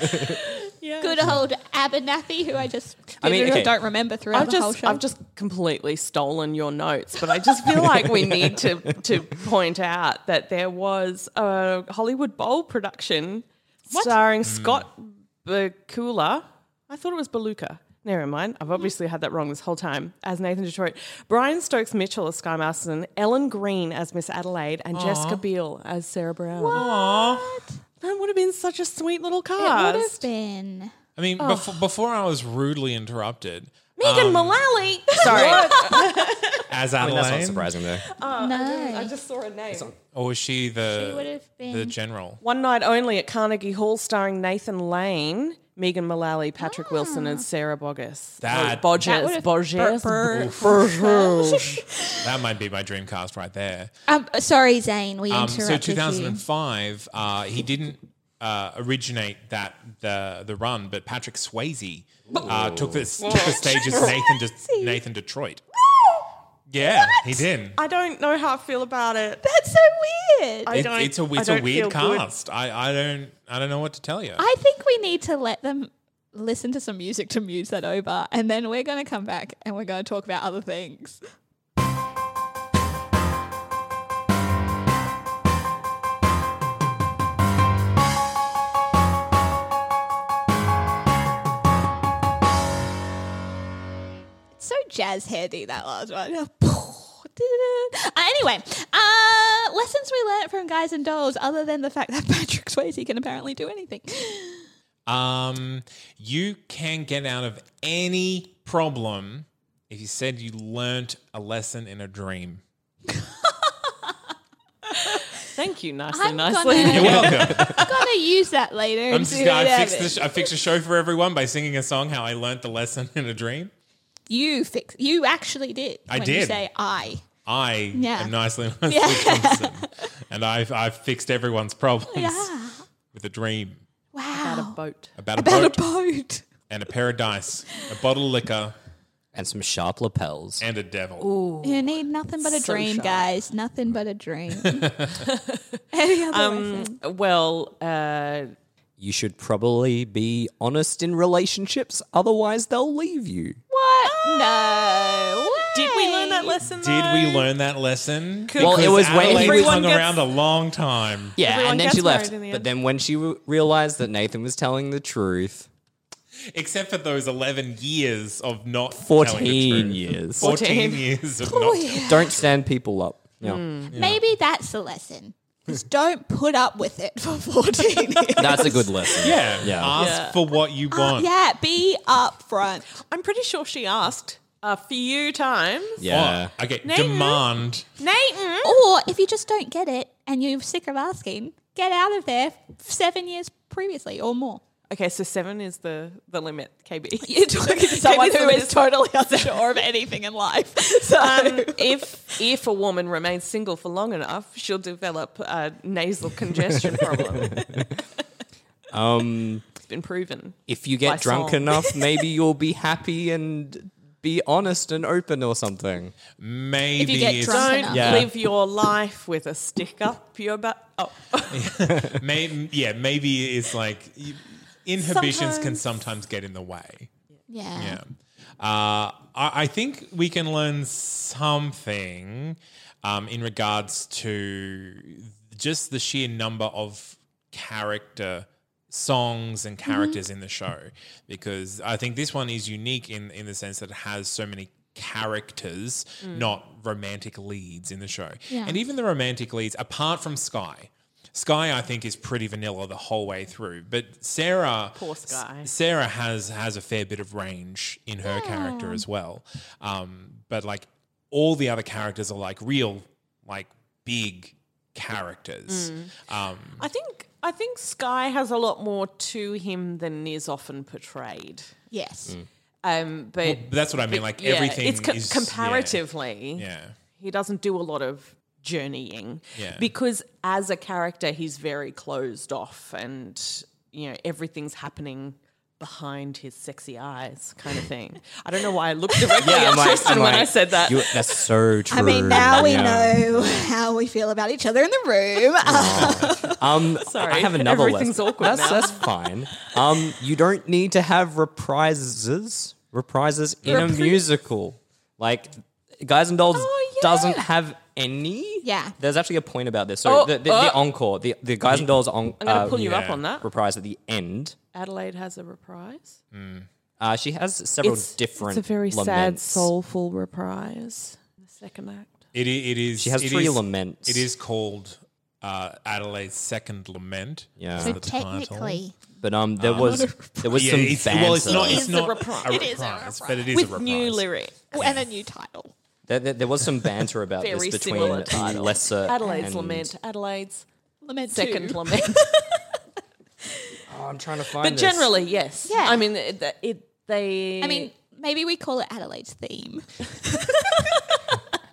S1: Good old Abernathy, who I just
S4: I mean,
S1: didn't-
S4: okay.
S1: don't remember throughout
S3: I've
S1: the whole
S3: just,
S1: show.
S3: I've just completely stolen your notes, but I just [LAUGHS] feel like we need to to point out that there was a Hollywood Bowl production starring Scott Bakula. I thought it was Beluca. Never mind. I've obviously had that wrong this whole time. As Nathan Detroit, Brian Stokes Mitchell as Sky Masterson, Ellen Green as Miss Adelaide, and Jessica Biel as Sarah Brown. That would have been such a sweet little
S1: it
S3: cast.
S1: would have been.
S2: I mean, before, before I was rudely interrupted
S3: oh.
S2: um,
S3: Megan Mullally. Sorry,
S2: as
S4: I
S2: Adelaide.
S4: mean, that's not surprising though.
S1: no,
S3: I just saw a name.
S2: Or was she the
S1: She would have been-
S2: the general?
S3: One Night Only at Carnegie Hall, starring Nathan Lane, Megan Mullally, Patrick Wilson, and Sarah Boggess.
S2: That-
S3: oh, Bodges,
S1: That would have-
S3: Bodges.
S1: Bur- bur-
S3: Bodges. [LAUGHS]
S2: That might be my dream cast right there.
S1: um, sorry, Zane, we
S2: Um,
S1: interrupted
S2: so
S1: you.
S2: 2005, uh, he didn't uh, originate that the the run, but Patrick Swayze uh, took this took the stage as Nathan De- Nathan Detroit. Yeah, he did.
S3: I don't know how I feel about it.
S1: That's so weird. I,
S2: It's,
S3: don't-
S2: it's a
S3: I
S2: it's a
S3: don't feel
S2: weird
S3: good.
S2: cast. I, I don't I don't know what to tell you.
S1: think we need to let them listen to some music to muse that over, and then we're going to come back and we're going to talk about other things. It's So jazz heady that last one. [LAUGHS] Uh, Anyway, uh, lessons we learned from Guys and Dolls, other than the fact that [LAUGHS] Patrick Swayze can apparently do anything.
S2: Um, you can get out of any problem if you said you learnt a lesson in a dream.
S3: Thank you, nicely,
S1: I'm
S3: nicely.
S1: gonna-
S2: You're welcome.
S1: [LAUGHS]
S2: [LAUGHS]
S1: gonna use that later.
S2: I'm
S1: and
S2: just,
S1: do
S2: I,
S1: whatever.
S2: fixed the sh- I fixed a show for everyone by singing a song how I learnt the lesson in a dream.
S1: you fix. You actually did.
S2: I
S1: when You
S2: did.
S1: say I.
S2: I
S1: Yeah.
S2: am nicely nicely Thompson, and I've I've fixed everyone's problems
S1: Yeah.
S2: with a dream
S1: Wow.
S3: Out of boat.
S2: about a
S1: About
S2: boat
S1: a boat.
S2: and a pair of dice, a bottle of liquor,
S4: and some sharp lapels.
S2: and a devil.
S1: You need nothing but a
S3: So
S1: dream,
S3: sharp.
S1: guys. Nothing but a dream.
S3: [LAUGHS]
S1: Any other
S3: Um,
S1: lesson?
S3: Well, uh,
S4: You should probably be honest in relationships, otherwise they'll leave you.
S1: What? No.
S3: did we learn that
S1: way.
S3: lesson?
S2: Did we
S3: though?
S2: learn that lesson?
S4: Well, it was when he
S2: Adelaide
S4: was-
S2: hung
S3: Everyone
S2: around a
S3: gets-
S2: long time.
S4: Yeah,
S3: Everyone
S4: and then
S3: gets
S4: she left.
S3: married in the
S4: But
S3: end.
S4: then when she w- realized that Nathan was telling the truth,
S2: Except for those 11 years of not telling the
S4: 14
S2: truth.
S4: years.
S2: 14 years of not
S4: Don't stand people up. Yeah.
S1: Maybe that's the lesson.
S2: [LAUGHS]
S1: Is don't put up with it for 14 years.
S2: [LAUGHS]
S4: That's a good lesson.
S2: Yeah.
S4: Yeah.
S2: Ask
S3: Yeah.
S2: for what you
S1: Uh,
S2: want.
S1: yeah, be upfront.
S3: I'm pretty sure she asked a few times.
S4: Yeah.
S2: Oh, okay. Demand.
S3: Nathan,
S1: Or if you just don't get it and you're sick of asking, get out of there seven years previously or more.
S3: Okay, so seven is the the limit, [LAUGHS] KB.
S1: You're talking to [LAUGHS] someone
S3: Katie's
S1: who
S3: the
S1: is totally
S3: [LAUGHS]
S1: unsure of anything in life. So
S3: Um, if if a woman remains single for long enough, she'll develop a nasal congestion
S2: [LAUGHS]
S3: problem.
S4: Um,
S3: It's been proven.
S4: if you get
S3: By
S4: drunk
S3: song. [LAUGHS]
S4: enough, maybe you'll be happy and be honest and open or something.
S2: Maybe
S1: get
S2: it's,
S1: drunk
S3: Don't
S1: enough.
S4: Yeah.
S3: live your life with a stick up your butt. Oh,
S2: May, yeah, maybe it's like you- inhibitions can
S3: Sometimes.
S2: sometimes get in the way.
S1: yeah.
S2: Yeah. Uh, I, I think we can learn something um, in regards to just the sheer number of character songs and characters in the show because I think this one is unique in, in the sense that it has so many characters, not romantic leads in the show. And even the romantic leads, apart from Sky. Sky, I think, is pretty vanilla the whole way through. But Sarah,
S3: Poor Sky.
S2: S- Sarah has has a fair bit of range in her character as well. Um, but like all the other characters are like real, like big characters.
S3: Mm.
S2: Um,
S3: [LAUGHS] I think I think Sky has a lot more to him than is often portrayed.
S1: Yes.
S3: Um, but
S2: but that's what I mean. Like
S3: yeah,
S2: everything
S3: it's co-
S2: is yeah.
S3: comparatively.
S2: Yeah.
S3: he doesn't do a lot of journeying
S2: Yeah.
S3: because as a character he's very closed off and you know everything's happening behind his sexy eyes kind
S4: [LAUGHS]
S3: of thing i don't know why i looked directly
S4: Yeah,
S3: at
S4: I'm like-
S3: tristan
S4: I'm
S3: when i
S4: like,
S3: said that
S4: you- that's so true.
S1: I mean, now we
S4: Yeah.
S1: know how we feel about each other in the room. Uh,
S4: Um,
S3: Sorry,
S4: I have another
S3: everything's
S4: lesson.
S3: awkward
S4: that's,
S3: now.
S4: that's fine. Um, you don't need to have reprises, reprises in a musical. Like Guys and Dolls
S3: Oh,
S4: doesn't have any.
S1: Yeah.
S4: there's actually a point about this. So
S3: Oh,
S4: the, the,
S3: oh.
S4: the encore, the, the Guys and Dolls on,
S3: i'm going to
S4: uh,
S3: pull you up
S2: yeah.
S3: on that
S4: reprise at the end.
S3: adelaide has a reprise
S4: Uh, she has several different.
S3: it's a very sad
S4: laments.
S3: soulful reprise in the second act
S2: It, i- it is.
S4: She has
S2: it
S4: three
S2: is-
S4: laments.
S2: It is called uh, Adelaide's second lament.
S4: Yeah.
S2: is
S4: So
S2: the title.
S1: Technically.
S4: but um, there was there was
S2: [LAUGHS] Yeah,
S4: some
S2: it's, well, it's
S4: banter.
S2: not. It's
S3: It is a
S2: not
S3: reprise. It is a
S2: but it is a
S3: with
S2: reprise.
S3: new lyrics
S1: And a new title.
S4: There, there, there was some banter about
S3: Very
S4: this
S3: similar
S4: between
S3: title.
S4: lesser
S3: adelaide's
S4: and-
S3: lament adelaide's
S1: Lament
S4: [LAUGHS]
S3: second
S1: two.
S3: lament
S4: Oh, I'm trying to find.
S3: but
S4: this.
S3: generally yes
S1: Yeah.
S3: i mean it, it they
S1: I mean, maybe we call it Adelaide's theme.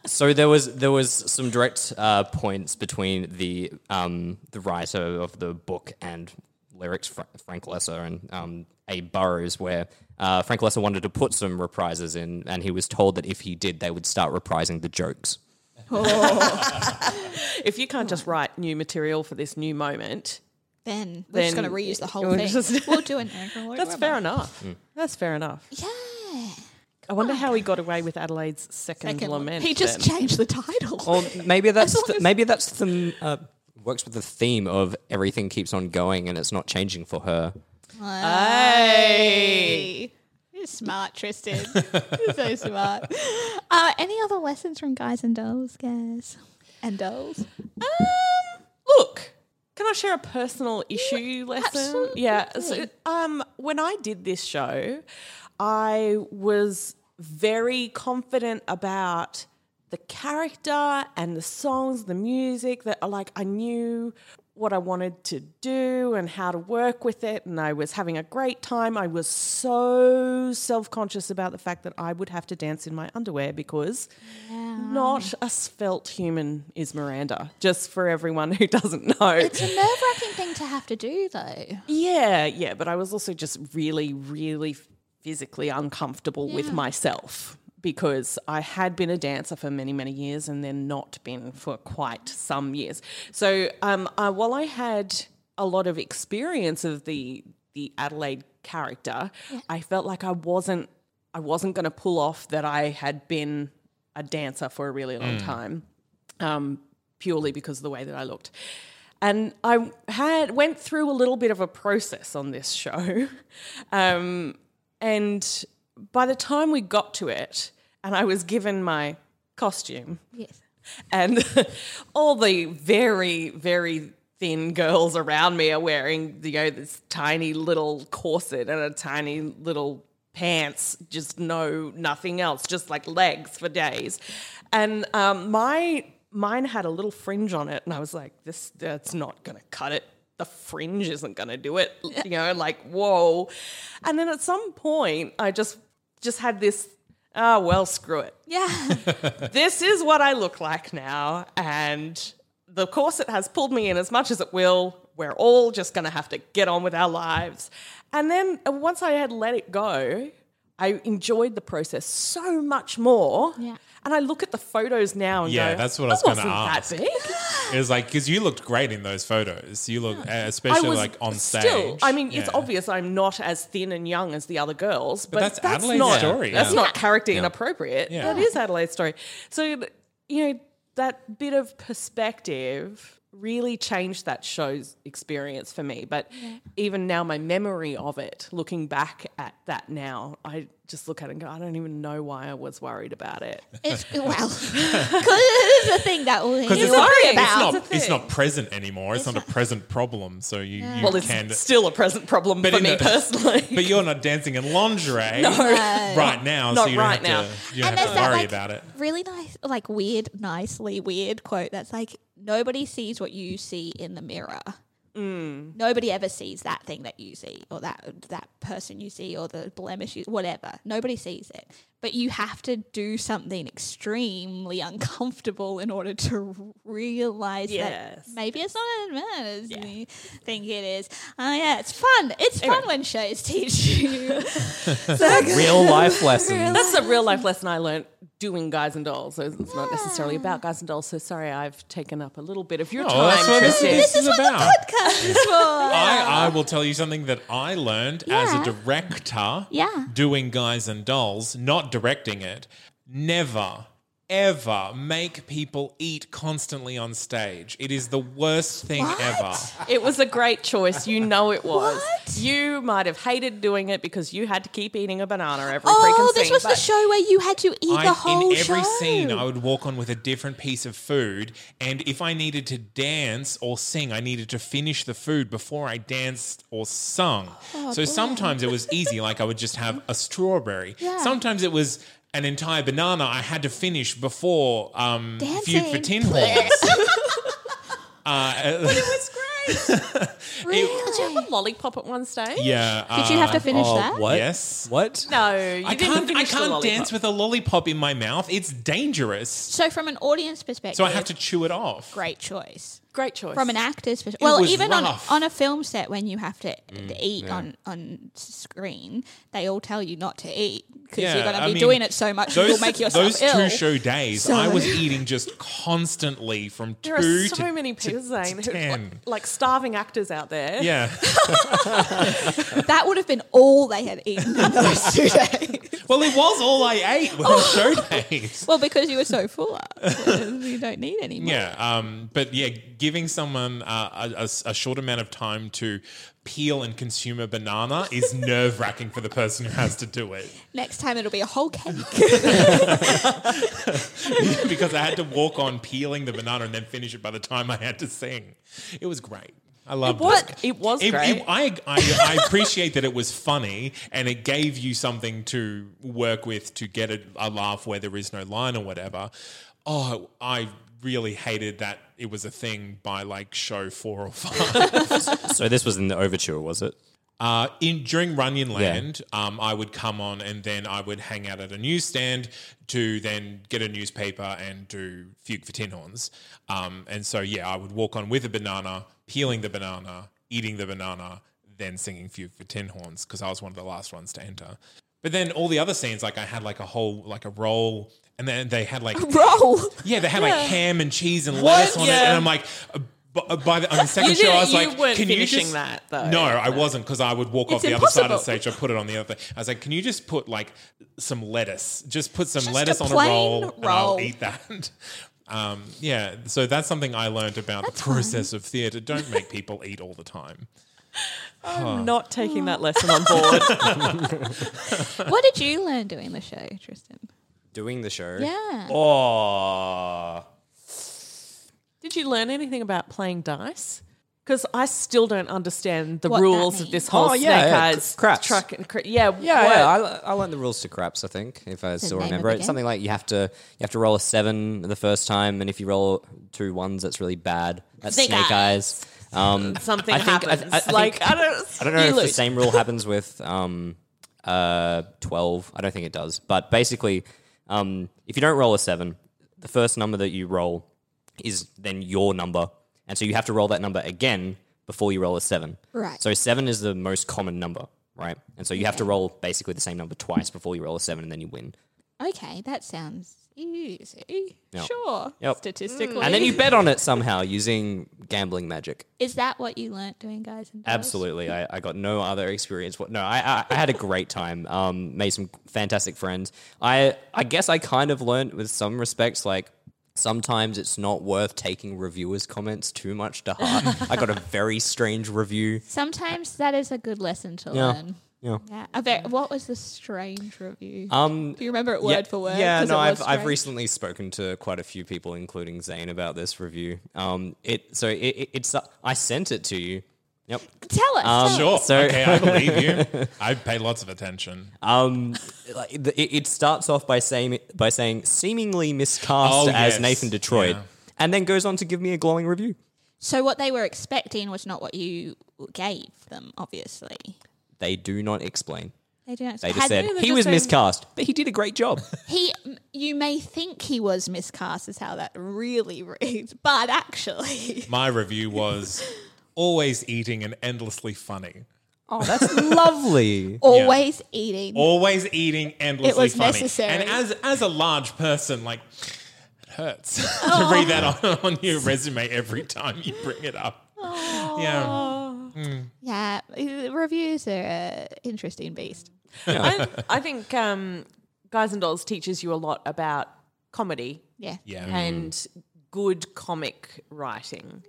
S4: So there was there was some direct uh, points between the um, the writer of the book and lyrics Fra- Frank Lesser and um, A Burrows, where uh, Frank Lesser wanted to put some reprises in, and he was told that if he did, they would start reprising the jokes.
S1: Oh.
S3: if you can't just write new material for this new moment,
S1: then we're just
S3: Then
S1: going to reuse the whole
S3: we'll
S1: thing.
S3: just-
S1: we'll do an ankle.
S3: [LAUGHS] That's fair enough. That's fair enough.
S1: Yeah.
S3: I wonder how he got away with Adelaide's second,
S1: Second one.
S3: lament.
S1: He just
S3: then.
S1: changed the title.
S4: Or maybe that's
S1: long
S4: the,
S1: as-
S4: maybe that's the uh, works with the theme of everything keeps on going and it's not changing for her.
S1: Hey. You're smart,
S3: [LAUGHS]
S1: Tristan. You're so smart. Uh, any other lessons from guys and dolls, guys? And dolls?
S3: Um, look, can I share a personal issue lesson?
S1: absolutely.
S3: Yeah. So, um, when I did this show, I was very confident about the character and the songs, the music that like I knew what I wanted to do and how to work with it and I was having a great time. I was so self-conscious about the fact that I would have to dance in my underwear because
S1: Um,
S3: not a svelte human is Miranda, just for everyone who [LAUGHS] doesn't know.
S1: It's a nerve wracking thing to have to do, though.
S3: yeah, yeah, but I was also just really, really physically uncomfortable with myself because I had been a dancer for many, many years and then not been for quite some years. So um, I, while I had a lot of experience of the the Adelaide character, I felt like I wasn't I wasn't going to pull off that I had been a dancer for a really long time, um, purely because of the way that I looked. And I had went through a little bit of a process on this show, [LAUGHS] um, and by the time we got to it, and I was given my costume,
S1: Yes.
S3: and [LAUGHS] all the very very thin girls around me are wearing you know this tiny little corset and a tiny little pants just no nothing else just like legs for days and um, my mine had a little fringe on it and i was like this that's not gonna cut it the fringe isn't gonna do it you know like whoa and then at some point i just just had this ah well screw it
S1: Yeah.
S3: this is what I look like now, and the corset has pulled me in as much as it will. We're all just going to have to get on with our lives. And then uh, once I had let it go, I enjoyed the process so much more.
S1: Yeah.
S3: And I look at the photos now and
S2: Yeah,
S3: go,
S2: that's what I was
S3: "That
S2: gonna
S3: wasn't that big.
S2: It was like because you looked great in those photos. You look, uh, especially like on stage.
S3: Still, I mean, it's
S2: Yeah.
S3: obvious I'm not as thin and young as the other girls, but,
S2: that's
S3: that's,
S2: Adelaide's
S3: not
S2: story.
S3: That's
S2: Yeah.
S3: not character inappropriate. That is Adelaide's story. So you know that bit of perspective really changed that show's experience for me. But even now, my memory of it, looking back at that now, I just look at it and go, I don't even know why I was worried about it.
S2: [LAUGHS]
S1: It's, well, [LAUGHS] because it is a thing that all
S2: Because
S1: you
S2: it's, not,
S3: worry
S2: it's,
S3: about.
S2: not,
S3: That's the
S2: it's
S3: thing.
S2: not present anymore. It's, not, a present problem. So you, you
S3: Well, it's
S2: can.
S3: still a present problem
S2: But
S3: for
S2: in
S3: me
S2: the-
S3: personally.
S2: [LAUGHS] but you're not dancing in lingerie right now.
S3: Not
S2: so you
S3: right
S2: don't have to, you don't
S1: And
S2: have
S1: there's
S2: to
S1: that,
S2: worry
S1: like,
S2: about it.
S1: Really nice, like weird, nicely weird quote that's like, nobody sees what you see in the mirror. Nobody ever sees that thing that you see or that that person you see or the blemish, you, whatever. Nobody sees it. But you have to do something extremely [LAUGHS] uncomfortable in order to realize
S3: Yes.
S1: that maybe it's not as bad as you think it is. Oh, yeah, it's fun. It's fun when shows teach you. [LAUGHS] So-
S4: Real life lessons.
S3: That's a real life lesson I learned doing Guys and Dolls. So it's not necessarily about Guys and Dolls. So sorry, I've taken up a little bit of your
S2: Oh,
S3: time,
S2: that's what this,
S3: Tristan.
S2: this is about.
S1: podcast is for.
S2: I, I will tell you something that I learned as a
S1: Yeah.
S2: director
S1: Yeah.
S2: doing Guys and Dolls, not directing it. Never, ever make people eat constantly on stage. It is the worst thing ever.
S3: It was a great choice. You know it was.
S1: What?
S3: You might have hated doing it because you had to keep eating a banana every
S1: Oh,
S3: freaking
S1: this
S3: scene,
S1: was the
S3: but-
S1: show where you had to eat
S2: I-
S1: the whole
S2: in every
S1: show.
S2: scene, I would walk on with a different piece of food, and if I needed to dance or sing, I needed to finish the food before I danced or sung.
S1: Oh,
S2: so sometimes it was easy, like I would just have a strawberry. Sometimes it was an entire banana I had to finish before um, feud for
S1: Dancing.
S2: tin horns.
S1: [LAUGHS]
S2: uh,
S3: Did you have a lollipop at one
S2: [LAUGHS]
S3: stage?
S2: yeah, uh,
S1: Did you have to finish that?
S4: what?
S2: Yes.
S4: What? [LAUGHS]
S3: No, Oh, you
S2: I
S3: didn't
S2: can't. I
S3: finish the
S2: can't
S3: lollipop.
S2: dance with a lollipop in my mouth. It's dangerous.
S1: So, from an audience perspective,
S2: So I have to chew it off.
S1: Great choice.
S3: Great choice.
S1: from an actor's perspective. Well,
S2: was
S1: even
S2: rough. Mm,
S1: on on a film set when you have to to eat on on screen, they all tell you not to eat because you're going to
S2: I
S1: be
S2: mean,
S1: doing it so much you'll make yourself
S2: those
S1: ill.
S2: two show days, I was eating just constantly from
S3: there
S2: two
S3: are so
S2: to
S3: many people, Zane, who,
S2: ten.
S3: like, like starving actors out
S2: [LAUGHS]
S3: there.
S2: yeah.
S1: that would have been all they had eaten
S2: [LAUGHS]
S1: in those two days.
S2: well, it was all I ate
S1: [LAUGHS]
S2: were show days.
S1: well, because you were so full [LAUGHS] up, you don't need any more.
S2: Yeah, um, but yeah, giving someone uh, a, a s- a short amount of time to peel and consume a banana
S1: [LAUGHS]
S2: is nerve wracking for the person who has to do it. [LAUGHS]
S1: Next time it'll be a whole cake. [LAUGHS]
S2: because I had to walk on peeling the banana and then finish it by the time I had to sing. It was great. I loved it.
S3: was- it was great.
S2: I, I, I appreciate that it was funny and it gave you something to work with to get a, a laugh where there is no line or whatever. Oh, I really hated that it was a thing by like show four or five.
S4: So this was in the overture, was it?
S2: Uh, in during Runyon Land, um, I would come on and then I would hang out at a newsstand to then get a newspaper and do Fugue for Tin Horns. Um, and so yeah, I would walk on with a banana, peeling the banana, eating the banana, then singing Fugue for Tin Horns because I was one of the last ones to enter. But then all the other scenes, like I had like a whole like a roll, and then they had like
S1: Roll.
S2: [LAUGHS] yeah, they had like ham and cheese and lettuce on it,
S3: Yeah.
S2: and I'm like. uh, b- uh, By the, on the second
S3: [LAUGHS] You
S2: show, I was
S3: didn't- you
S2: like,
S3: weren't
S2: "Can you
S3: finishing
S2: just?"
S3: that, though.
S2: No, I wasn't because I would walk
S1: It's
S2: off the other side of the
S1: impossible.
S2: stage. I put it on the other thing. I was like, "Can you just put like some lettuce? Just put some
S1: Just a
S2: lettuce on
S1: plain
S2: a roll, and I'll
S1: roll."
S2: eat that." [LAUGHS] um, yeah, so that's something I learned about the process of theatre. Don't make people eat all the time.
S3: I'm not
S2: Mm.
S3: taking that lesson on
S2: [LAUGHS]
S3: board.
S1: what did you learn doing the show, Tristan?
S4: Doing the show.
S1: Yeah.
S4: Oh.
S3: Did you learn anything about playing dice? Because I still don't understand the
S1: What that
S3: rules of
S1: means.
S3: this whole
S4: Oh, yeah,
S3: snake
S4: yeah,
S3: eyes
S4: cr- craps.
S3: truck and cra- yeah,
S4: Yeah,
S3: what?
S4: yeah. I, I learned the rules to craps. I think if I still
S1: name of
S4: remember
S1: the
S4: it,
S1: game?
S4: something like you have to you have to roll a seven the first time, and if you roll two ones, that's really bad. That's
S1: Snake
S4: snake, eyes. Um,
S3: something
S4: I think- I-
S3: happens.
S4: I- I think-
S3: like I don't,
S4: I don't know
S3: you
S4: if the
S3: lose.
S4: same rule happens with um, uh, 12. I don't think it does. But basically, um, if you don't roll a 7, the first number that you roll is then your number. And so you have to roll that number again before you roll a 7.
S1: Right.
S4: So 7 is the most common number, right? And so you have to roll basically the same number twice before you roll a 7 and then you win.
S1: Okay, that sounds easy.
S4: Yep.
S1: Sure.
S4: Yep.
S1: Statistically.
S4: And then you bet on it somehow using gambling magic.
S1: Is that what you learnt doing guys and dolls?
S4: Absolutely. I, I got no other experience. What? No, I, I, I had a great time. Um, made some fantastic friends. I, I guess I kind of learned with some respects, like sometimes it's not worth taking reviewers' comments too much
S1: [LAUGHS]
S4: to heart. I got a very strange review.
S1: Sometimes that is a good lesson to
S4: Yeah.
S1: learn.
S4: Yeah.
S1: Yeah. A ver- what was the strange review?
S4: Um,
S1: Do you remember it word
S4: yeah-
S1: for word?
S4: Yeah,
S1: 'Cause it
S4: no, I've,
S1: was
S4: I've
S1: strange.
S4: recently spoken to quite a few people, including Zane, about this review. Um, it so it, it, it's I sent it to you. Yep.
S1: Tell us. tell
S4: Um,
S1: us.
S2: Um, Sure,
S4: So-
S2: okay, I believe you. I pay lots of attention.
S4: Um, like the- it, it starts off by saying by saying seemingly miscast
S2: Oh,
S4: as
S2: yes.
S4: Nathan Detroit,
S2: Yeah.
S4: and then goes on to give me a glowing review.
S1: So what they were expecting was not what you gave them, obviously.
S4: They do not explain.
S1: They don't.
S4: They just
S1: Had-
S4: said he was miscast, but he did a
S2: [LAUGHS]
S4: great job.
S1: he. You may think he was miscast, is how that really [LAUGHS] reads, but actually,
S2: My review was always eating and endlessly funny.
S4: [LAUGHS]
S1: [LAUGHS]
S4: oh, that's lovely.
S1: always eating.
S2: always eating endlessly
S1: was
S2: funny.
S1: necessary.
S2: And as as a large person, like it hurts [LAUGHS]
S1: Oh.
S2: to read that on, on your resume every time you bring it up. Yeah.
S1: yeah, reviews are an interesting beast.
S3: I, I think um, Guys and Dolls teaches you a lot about comedy
S1: Yeah.
S2: Yeah.
S4: Mm.
S3: and good comic writing.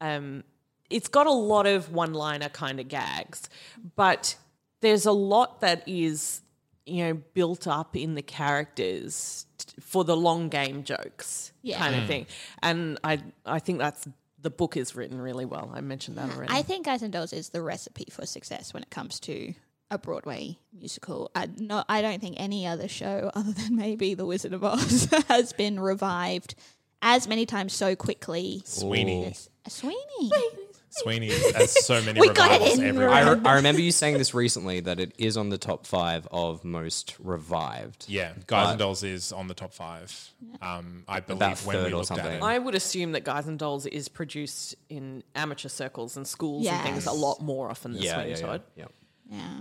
S3: Um, it's got a lot of one liner kind of gags, but there's a lot that is, you know, built up in the characters t- for the long game jokes
S1: Yeah.
S3: kind of
S4: Hmm.
S3: thing. And I, I think that's the book is written really well. I mentioned that already.
S1: I think Guys and Dolls is the recipe for success when it comes to a Broadway musical. I, no, I don't think any other show, [LAUGHS] other than maybe The Wizard of Oz, [LAUGHS] has been revived as many times so quickly.
S2: Sweeney.
S1: Sweeney.
S2: Sweeney
S1: [LAUGHS]
S2: has so many
S1: We got it
S2: revivals
S1: in
S2: everywhere.
S4: I, re- I remember you saying this recently that it is on the top five of most revived.
S2: yeah, Guys and Dolls is on the top five. Um, I believe when
S4: third
S2: we
S4: or
S2: looked at
S4: something.
S2: it.
S3: I would assume that Guys and Dolls is produced in amateur circles and schools and things a
S1: Yes.
S3: lot more often than
S4: Yeah,
S3: Sweeney
S4: yeah, yeah,
S3: Todd.
S4: yeah.
S1: Yeah.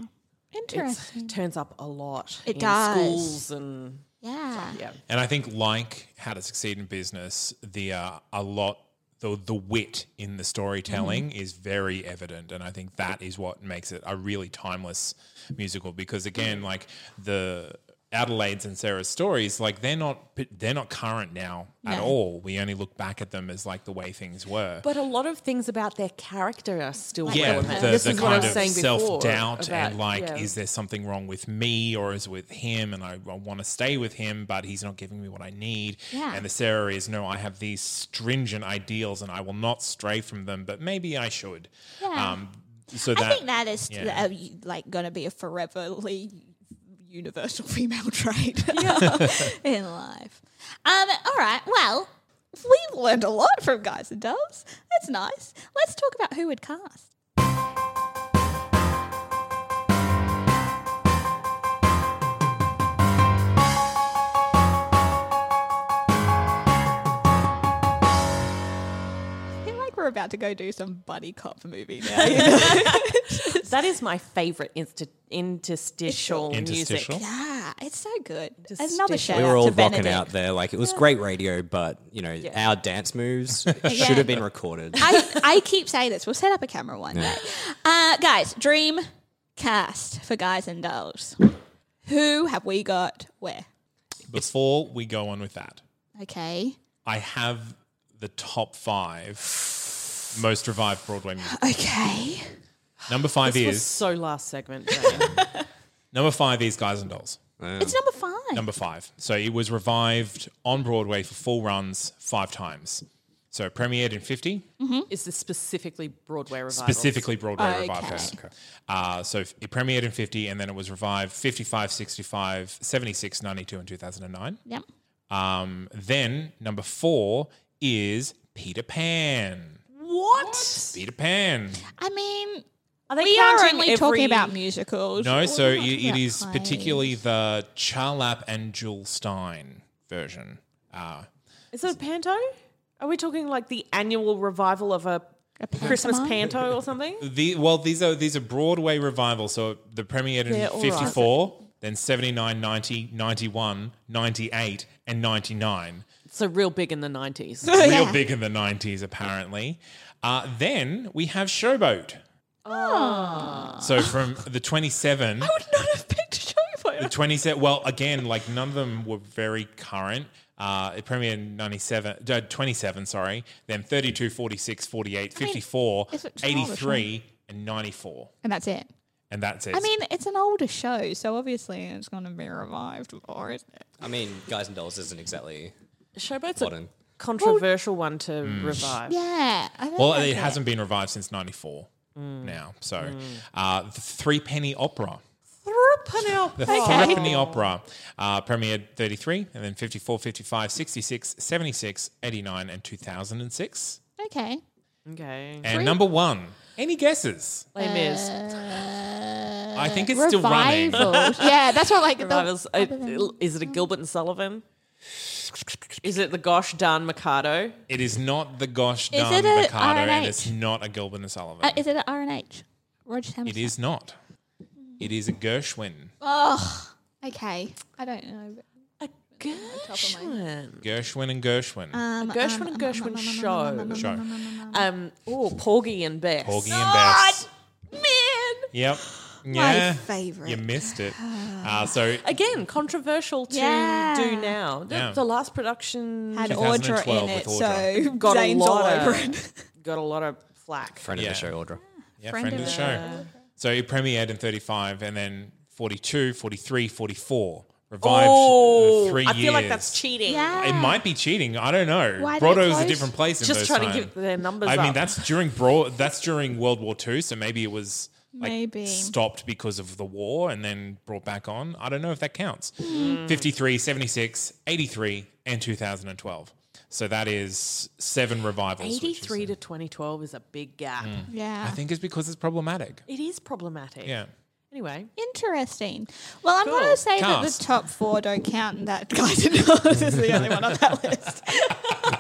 S3: It's-
S1: Interesting.
S3: It turns up a lot
S1: It
S3: in
S1: does.
S3: schools and
S1: Yeah.
S3: yeah.
S2: And I think, like How to Succeed in Business, the uh, a lot the the wit in the storytelling
S3: Mm-hmm.
S2: is very evident, and I think that is what makes it a really timeless musical. Because again, like the Adelaide's and Sarah's stories, like they're not they're not current now at all. We only look back at them as like the way things were.
S3: But a lot of things about their character are still
S2: yeah,
S3: relevant.
S2: the,
S3: this
S2: the
S3: is what I
S2: kind
S3: was
S2: of
S3: saying before.
S2: self doubt
S3: about-
S2: and like,
S3: yeah.
S2: is there something wrong with me or is it with him? And I, I want to stay with him, but he's not giving me what I need.
S1: Yeah.
S2: And the Sarah is, no, I have these stringent ideals and I will not stray from them, but maybe I should.
S1: Yeah.
S2: Um, so
S1: I
S2: that,
S1: think that is
S2: yeah.
S1: uh, you- like going to be a foreverly universal [LAUGHS] female trait [LAUGHS] in life. Um, all right. Well, we've learned a lot from Guys and Dolls. That's nice. Let's talk about who would cast. I feel like We're about to go do some buddy cop movie now.
S3: That is my favorite insti- interstitial,
S2: Interstitial?
S3: music.
S1: Yeah, Ah, it's so good.
S3: Just
S1: Another
S3: stitch
S1: shout
S3: it.
S4: We
S1: out
S4: were all
S1: to
S4: rocking
S1: Benedict.
S4: out there. Like, it was great radio, but, you know, our dance
S1: [LAUGHS]
S4: moves should have been recorded.
S1: I, I keep saying this. We'll set up a camera one day. Uh, guys, dream cast for guys and dolls. Who have we got where?
S2: before we go on with that,
S1: Okay.
S2: I have the top five most revived
S1: [SIGHS]
S2: Broadway music.
S1: Okay.
S2: Number five
S3: This was
S2: is
S3: so last
S2: [LAUGHS]
S3: segment. Jane.
S2: number five is Guys and Dolls.
S1: It's number five.
S2: Number five. So it was revived on Broadway for full runs five times. So it premiered in 50,
S3: is this specifically Broadway revival?
S2: specifically Broadway
S1: Okay.
S2: revivals. Uh, so f- it premiered in 50 and then it was revived 55, 65, 76, 92, and 2009.
S1: yep.
S2: Um, then number four is Peter Pan.
S3: What?
S2: Peter Pan.
S1: I mean,
S3: they
S1: we are
S3: counting
S1: only
S3: every-
S1: talking about musicals. [LAUGHS]
S2: No,
S1: We're
S2: so
S1: not
S2: it,
S1: talking
S2: it
S1: about
S2: is
S1: plays.
S2: particularly the Charlap and Jill Stein version. Uh,
S3: Is it a panto? Are we talking like the annual revival of a, Christmas
S1: pantomime?
S3: panto
S2: [LAUGHS]
S3: or something?
S2: The well, these are these are Broadway revivals. So the premiered in
S3: They're all right.
S2: 54, then 79, 90, 91, 98,
S1: [LAUGHS]
S2: and 99.
S3: So real big in
S2: [LAUGHS]
S3: the nineties.
S2: Real big in the 90s, apparently. Uh, then we have Showboat. So from the 27,
S1: Ah. I would not have picked
S2: the
S1: Showboat.
S2: 27, well, again, like none of them were very current. Uh, it premiered in 97, uh, 27, sorry, then 32, 46, 48, 54,
S1: if it's an older
S2: 83, and 94.
S1: And that's it.
S2: And that's it.
S1: I mean, it's an older show, so obviously it's going to be revived more, isn't it?
S4: I mean, Guys and Dolls isn't exactly
S3: Showboat's
S4: modern.
S3: a controversial one to
S2: Mm.
S3: revive.
S1: Yeah. I think
S2: Well,
S1: that's
S2: it hasn't been revived since '94
S1: Mm.
S2: now. So, uh, the Three Penny Opera. The Three Penny Opera uh, premiered 33 and then 54, 55, 66, 76, 89, and 2006.
S1: Okay.
S3: Okay.
S2: And number one, any guesses?
S3: Les Mis.
S1: Uh,
S2: I think it's still running.
S1: Revival.
S2: [LAUGHS]
S1: yeah, that's what like the,
S3: Revivals. Uh, is it a Gilbert and Sullivan? Is it the gosh darn Mikado?
S2: It is not the gosh
S1: Is
S2: darn
S1: it a
S2: Mikado, and
S1: RNH?
S2: it's not a Gilbert and Sullivan.
S1: uh, [LAUGHS] is it at RNH? Roger Thomas.
S2: it is not. It is a Gershwin.
S1: Oh, okay. I don't know.
S3: A Gershwin.
S2: Gershwin and Gershwin.
S1: Um,
S3: A Gershwin and Gershwin show.
S2: Show.
S3: Um, oh, Porgy and Bess.
S2: Porgy
S1: Oh,
S2: and Bess.
S1: Man,
S2: Yep. Yeah.
S1: favourite.
S2: You missed
S3: [SIGHS]
S2: it. Uh, so
S3: Again, controversial to
S1: Yeah.
S3: do now. The,
S2: Yeah.
S3: the last production
S1: had Audra
S2: 2012
S1: in
S2: with
S1: it, [LAUGHS]
S2: Audra.
S1: so
S3: Got a
S1: Zane's all
S3: lot of-
S1: over [LAUGHS] it.
S3: got a lot of flack.
S4: Friend
S2: Yeah.
S4: of the show, Audra.
S2: yeah,
S1: friend
S2: friend,
S1: of
S2: of the show. So it premiered in 35 and then 42, 43, 44. Revived
S3: Oh,
S2: uh, three
S3: I
S2: years.
S3: feel like that's cheating.
S2: It might be cheating. I don't know.
S1: Why did it
S2: Broadway was a
S1: close?
S2: different place. In
S3: Just
S2: those
S3: trying to
S2: time.
S3: give their numbers
S2: I mean,
S3: up.
S2: that's during broad. That's during World War II. So maybe it was like
S1: Maybe.
S2: stopped because of the war and then brought back on.
S1: Hmm.
S2: I don't know if that counts. 53, 76, 83, and 2012. So that is seven revivals. which is-
S3: 83 to 2012 is a big gap.
S2: I
S1: Yeah.
S2: think it's because it's problematic.
S3: It is problematic.
S2: Mm. Yeah.
S3: Anyway,
S1: Interesting. Well, I'm going to say that
S2: Cast.
S1: the top four don't count, and that [LAUGHS] guys and dolls is the
S2: [LAUGHS]
S1: only one on that list.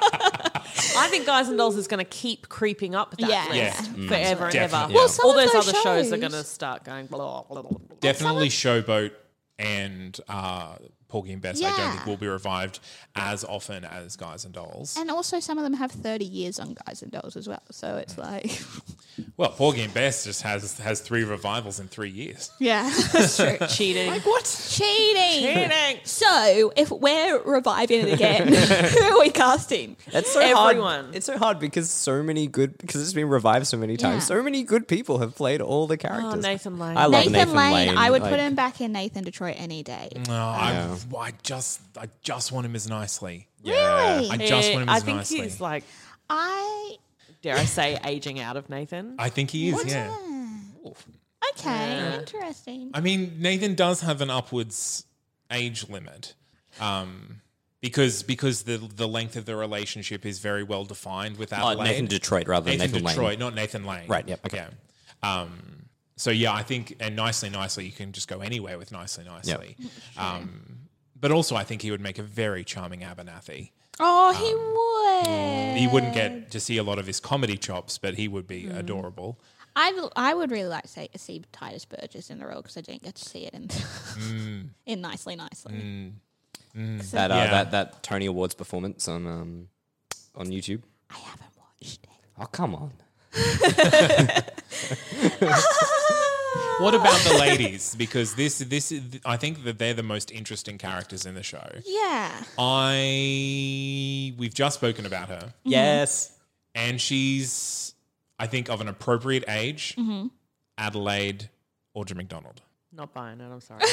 S3: I think Guys and Dolls is going to keep creeping up that
S1: Yeah.
S3: list
S2: Yeah. Mm.
S3: forever and ever.
S2: Definitely. Well,
S1: some
S3: All
S1: of
S3: those,
S1: those
S3: other shows, are
S1: shows-
S3: going to start going blah, blah, blah, blah.
S2: Definitely Showboat and uh, Porgy and Bess, I don't
S1: Yeah.
S2: think will be revived as often as Guys and Dolls.
S1: And also, some of them have 30 years on guys and dolls as well. So it's like,
S2: well, Porgy and Bess just has has three revivals in three years.
S1: yeah, that's true. [LAUGHS]
S3: cheating.
S2: what?
S1: Cheating.
S3: Cheating.
S1: So if we're reviving it again, [LAUGHS] who are we casting?
S4: It's so
S3: Everyone.
S4: hard. It's so hard because so many good because it's been revived so many times.
S1: Yeah.
S4: So many good people have played all the characters.
S3: Oh, Nathan Lane.
S4: I love
S1: Nathan,
S4: Nathan,
S1: Lane. I would put
S4: like-
S1: him back in Nathan Detroit any day.
S2: No, I, I just I just want him as nicely.
S4: Yeah.
S2: I just want him
S3: Eh, I
S2: as
S3: think
S2: nicely.
S3: he's like,
S1: I
S3: dare I say, aging out of Nathan.
S2: I think he is. yeah.
S1: okay, interesting.
S2: I mean, Nathan does have an upwards age limit, um, because because the the length of the relationship is very well defined with
S4: Oh,
S2: Adelaide.
S4: Nathan Detroit rather than
S2: Nathan,
S4: Nathan, Lane.
S2: Detroit, not Nathan Lane.
S4: Right, yep, okay.
S2: Yeah. Um, so yeah, I think and nicely, nicely, you can just go anywhere with nicely, nicely. Um, but also, I think he would make a very charming Abernathy. Um,
S1: Oh, he would.
S2: He wouldn't get to see a lot of his comedy chops, but he would be
S1: Mm.
S2: adorable.
S1: I I would really like to see, see Titus Burgess in the role because I didn't get to see it in [LAUGHS] in nicely, nicely.
S4: That, uh,
S2: Mm. Yeah.
S4: that that Tony Awards performance on um, on YouTube.
S1: I haven't watched it. Mm-hmm.
S4: Oh come on.
S2: What about the ladies? Because this this is- I think that they're the most interesting characters in the show.
S1: [LAUGHS] Yeah,
S2: I we've just spoken about her,
S4: Yes.
S2: and she's I think of an appropriate age,
S1: Mm-hmm.
S2: Adelaide Audra McDonald.
S3: Not buying it, I'm
S2: [LAUGHS]
S3: sorry.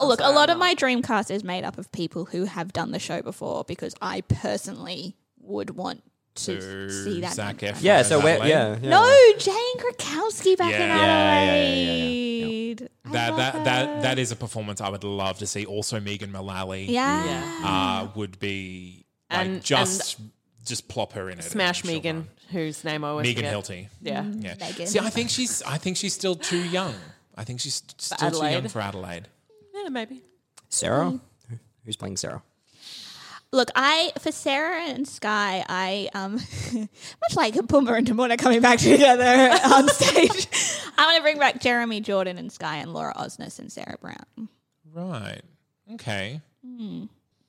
S1: look, a lot of my dream cast is made up of people who have done the show before because I personally would want to
S2: To
S1: see that.
S2: Zac
S1: done.
S2: Efron
S4: Yeah.
S2: as
S4: So we're
S2: Adelaide.
S4: yeah. yeah.
S1: No, Jane Krakowski back in
S2: Yeah.
S4: Yeah, yeah, yeah, yeah,
S1: Adelaide.
S4: yeah.
S1: I
S2: That
S1: love
S2: that,
S1: her.
S2: that that is a performance I would love to see. Also, Megan Mullally,
S1: Yeah.
S2: uh, would be like
S3: And-
S2: just just plop her in it. and
S3: Smash
S2: she'll
S3: Megan,
S2: run.
S3: whose name I always
S2: Megan
S3: forget.
S2: Hilty.
S3: Yeah.
S2: Yeah.
S1: Megan.
S2: See, I think she's I think she's still too young. I think she's st- still too young
S3: Adelaide.
S2: for Adelaide.
S3: Yeah, maybe.
S4: Sarah.
S1: Mm-hmm.
S4: Who's playing Sarah?
S1: Look, I for Sarah and Sky, I um, [LAUGHS] much like Pumba and Timon are coming back [LAUGHS] together on stage. [LAUGHS] I want to bring back Jeremy Jordan and Sky and Laura Osnes and Sarah Brown,
S2: Right. Okay.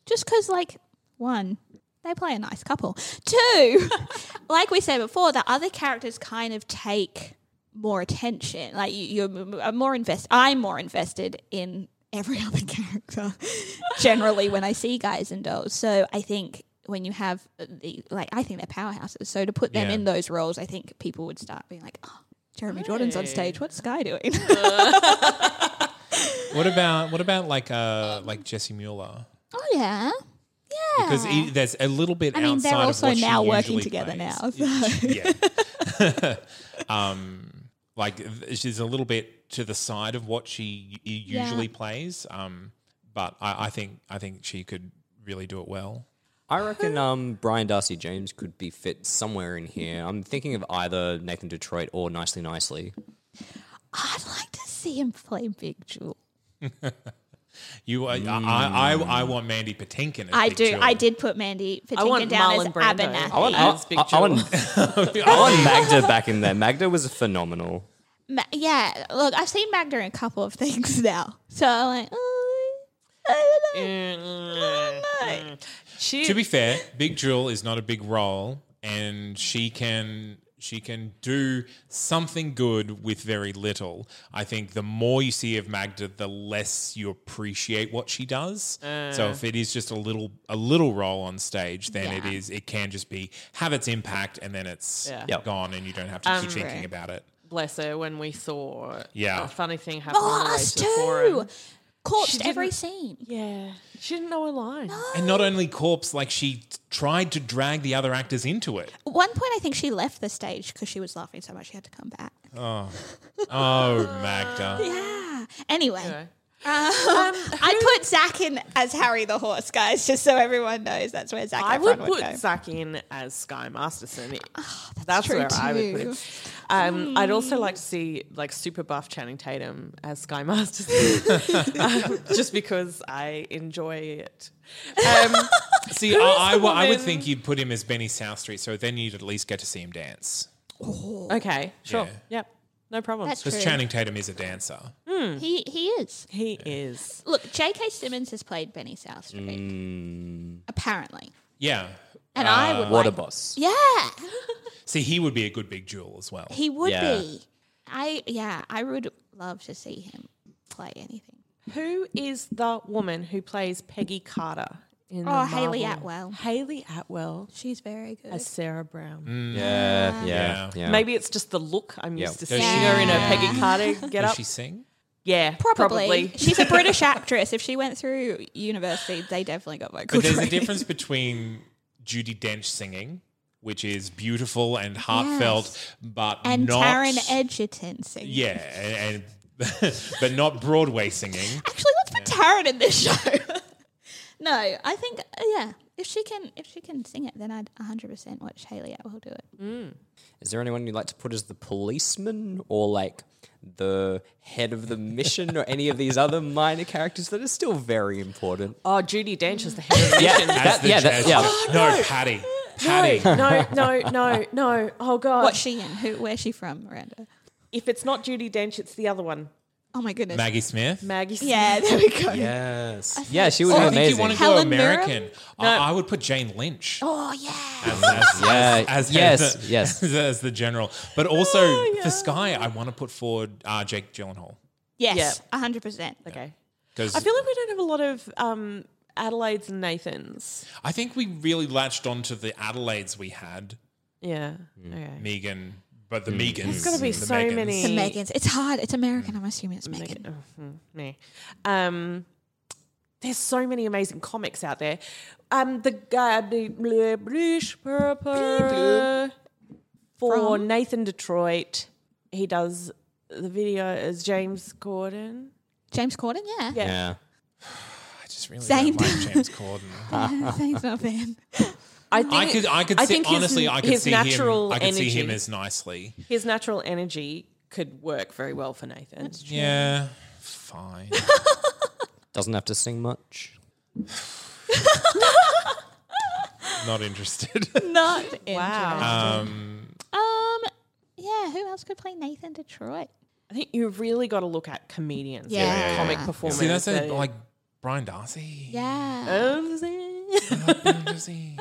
S1: just because like one, they play a nice couple. Two, [LAUGHS] like we said before, the other characters kind of take more attention. Like you, you're m- more invest. I'm more invested in every [LAUGHS] other character generally when I see guys and dolls. So I think when you have uh, the like, I think they're powerhouses. So to put them
S2: Yeah.
S1: in those roles, I think people would start being like, "Oh, Jeremy Jordan's on stage. What's Sky doing?" [LAUGHS]
S2: What about what about like uh like Jesse Mueller?
S1: oh yeah, yeah.
S2: Because he, there's a little bit.
S1: I mean,
S2: outside
S1: they're also
S2: of what she
S1: now working
S2: usually
S1: together
S2: plays.
S1: now. so-
S2: yeah. [LAUGHS] um, like th- she's a little bit to the side of what she u- usually plays. Um, but I, I think I think she could really do it well.
S4: I reckon um, Brian Darcy James could be fit somewhere in here. I'm thinking of either Nathan Detroit or Nicely Nicely.
S1: I'd like to see him play Big Jewel.
S2: You, I, I, I, I want Mandy Patinkin. As
S1: I
S2: Big
S1: do.
S2: Jill.
S1: I did put Mandy Patinkin
S3: want
S1: down as
S3: Marlon Brando.
S1: Abernathy.
S3: I want- As Big
S4: I,
S2: [LAUGHS]
S4: I, want, I want Magda back in there. Magda was phenomenal.
S1: Ma- yeah, look, I've seen Magda in a couple of [LAUGHS] things now, so I'm like, oh, I don't know.
S3: Mm, She,
S2: To be fair, Big Jewel is not a big role, and she can she can do something good with very little. I think the more you see of Magda, the less you appreciate what she does. so if it is just a little a little role on stage, then it is it can just be have its impact and then it's
S3: Yeah.
S4: Yep.
S2: gone, and you don't have to keep thinking about it.
S3: bless her, when we saw
S2: Yeah.
S3: a funny thing happen on the way
S1: Boss
S3: to the forum.
S1: Oh, too. Corpsed
S3: didn't-
S1: every scene.
S3: Yeah. She didn't know her line.
S2: And not only corpse, like she tried to drag the other actors into it.
S1: At one point, I think she left the stage because she was
S3: Oh.
S1: laughing so much she had to come back.
S2: Oh, Magda.
S1: Yeah. Anyway, Um,
S3: Anyway. Um,
S1: [LAUGHS] I put Zach in as Harry the horse, guys, just so everyone knows that's where Zach
S3: I
S1: Efron
S3: would
S1: would
S3: put
S1: go.
S3: Zach in as Sky Masterson. that's where I would put him.
S1: Ah, too. Hmm.
S3: Um, I'd also like to see like super buff Channing Tatum as Sky
S2: [LAUGHS]
S3: Masterson, um, just because I enjoy it.
S1: [LAUGHS]
S3: Um,
S2: See, I, I,
S3: the
S2: wa- I would
S3: woman?
S2: think you'd put him as Benny South Street, so then you'd at least get to see him dance.
S3: okay, sure,
S2: Yeah.
S3: yep, no problem.
S1: That's
S2: Because
S1: true.
S2: Channing Tatum is a dancer.
S1: He he is.
S3: he is.
S1: Look, J.K. Simmons has played Benny South Street,
S2: Mm.
S1: apparently,
S2: Yeah.
S1: and I
S2: Ah,
S1: would.
S4: Water
S1: like-
S4: boss.
S1: Yeah,
S2: See, he would be a good big jewel as well.
S1: he would
S4: Yeah.
S1: be. I yeah, I would love to see him play anything.
S3: Who is the woman who plays Peggy Carter in
S1: Oh,
S3: the
S1: Hayley
S3: Marvel-
S1: Atwell.
S3: Haley Atwell
S1: She's very good.
S3: as Sarah Brown.
S2: mm.
S4: Yeah, yeah, yeah.
S3: Maybe it's just the look I'm
S4: Yeah.
S3: used to
S2: Does
S3: seeing
S2: she-
S3: her in her
S2: [LAUGHS]
S3: Peggy Carter get
S2: Does
S3: up.
S2: she sing?
S3: Yeah,
S1: Probably. She's a British actress. If she went through university, they definitely got vocal
S2: But there's a
S1: training.
S2: difference between Judy Dench singing, which is beautiful and heartfelt, but
S1: And
S2: not
S1: Taron Edgerton singing.
S2: Yeah, and, and [LAUGHS] but not Broadway singing.
S1: Actually, let's put Taron in this show. [LAUGHS] no, I think uh, yeah. If she can, if she can sing it, then I'd 100 percent watch Haley Atwell do it.
S4: Is there anyone you'd like to put as the policeman or like the head of the mission or any of these other minor characters that are still very important?
S3: Oh, Judy Dench is the head of the
S4: Yeah,
S3: mission.
S4: that- yeah, that-
S2: judge.
S4: yeah.
S2: no, Patty. Patty.
S3: no, no, no, no. Oh God!
S1: What's she in? Who? Where's she from? Miranda.
S3: If it's not Judy Dench, it's the other one,
S1: Oh my goodness.
S2: Maggie Smith.
S3: Maggie. Smith.
S1: Yeah, [LAUGHS] there we go.
S4: Yes. Yeah, she would
S2: I think
S4: be
S2: you
S4: amazing.
S2: want to go
S1: Helen Mirren?
S2: American. I, I would put Jane Lynch.
S1: Oh yeah.
S2: As, as-
S4: Yeah,
S2: as- as
S4: yes,
S2: [LAUGHS] the,
S4: yes.
S2: as, as the general, but also
S3: Oh,
S2: for Sky, I want to put forward uh, Jake Gyllenhaal
S1: Yes, 100 percent.
S3: Okay.
S2: because
S3: I feel like we don't have a lot of um, Adelaide's and Nathan's.
S2: I think we really latched onto the Adelaides we had,
S3: Yeah.
S2: Hmm.
S3: Okay.
S2: Megan, but the Megans. There's
S3: gotta be so many.
S1: The Megans. It's hard. It's American. I'm assuming it's Megan.
S3: Me. oh, hmm, Um, there's so many amazing comics out there. Um, the guy the bleh, blish, bleh, bleh, for
S1: From?
S3: Nathan Detroit, he does the video as James Gordon.
S1: James Corden. Yeah. [LAUGHS]
S4: Yeah.
S2: I just really
S1: Zane.
S2: don't like
S3: [LAUGHS]
S2: James Corden.
S1: Thanks, my fan.
S3: I think
S2: I could, I could see,
S3: his-
S2: honestly, I could
S3: his
S2: see
S3: natural
S2: him. I could
S3: energy,
S2: see him as nicely.
S3: his natural energy could work very well for Nathan.
S2: Yeah, fine. [LAUGHS]
S4: Doesn't have to sing much.
S2: Not
S3: [LAUGHS]
S2: interested.
S1: Not wow.
S2: um,
S1: Um. Yeah. Who else could play Nathan Detroit?
S3: I think you've really got to look at comedians,
S1: Yeah. Yeah, yeah,
S3: and
S1: yeah,
S3: comic
S1: yeah.
S3: performers.
S2: see, that's a,
S3: that-
S2: like Brian Darcy.
S1: Yeah.
S3: Oh. There's
S1: [LAUGHS]
S2: Brian
S3: [LAUGHS]
S2: Darcy.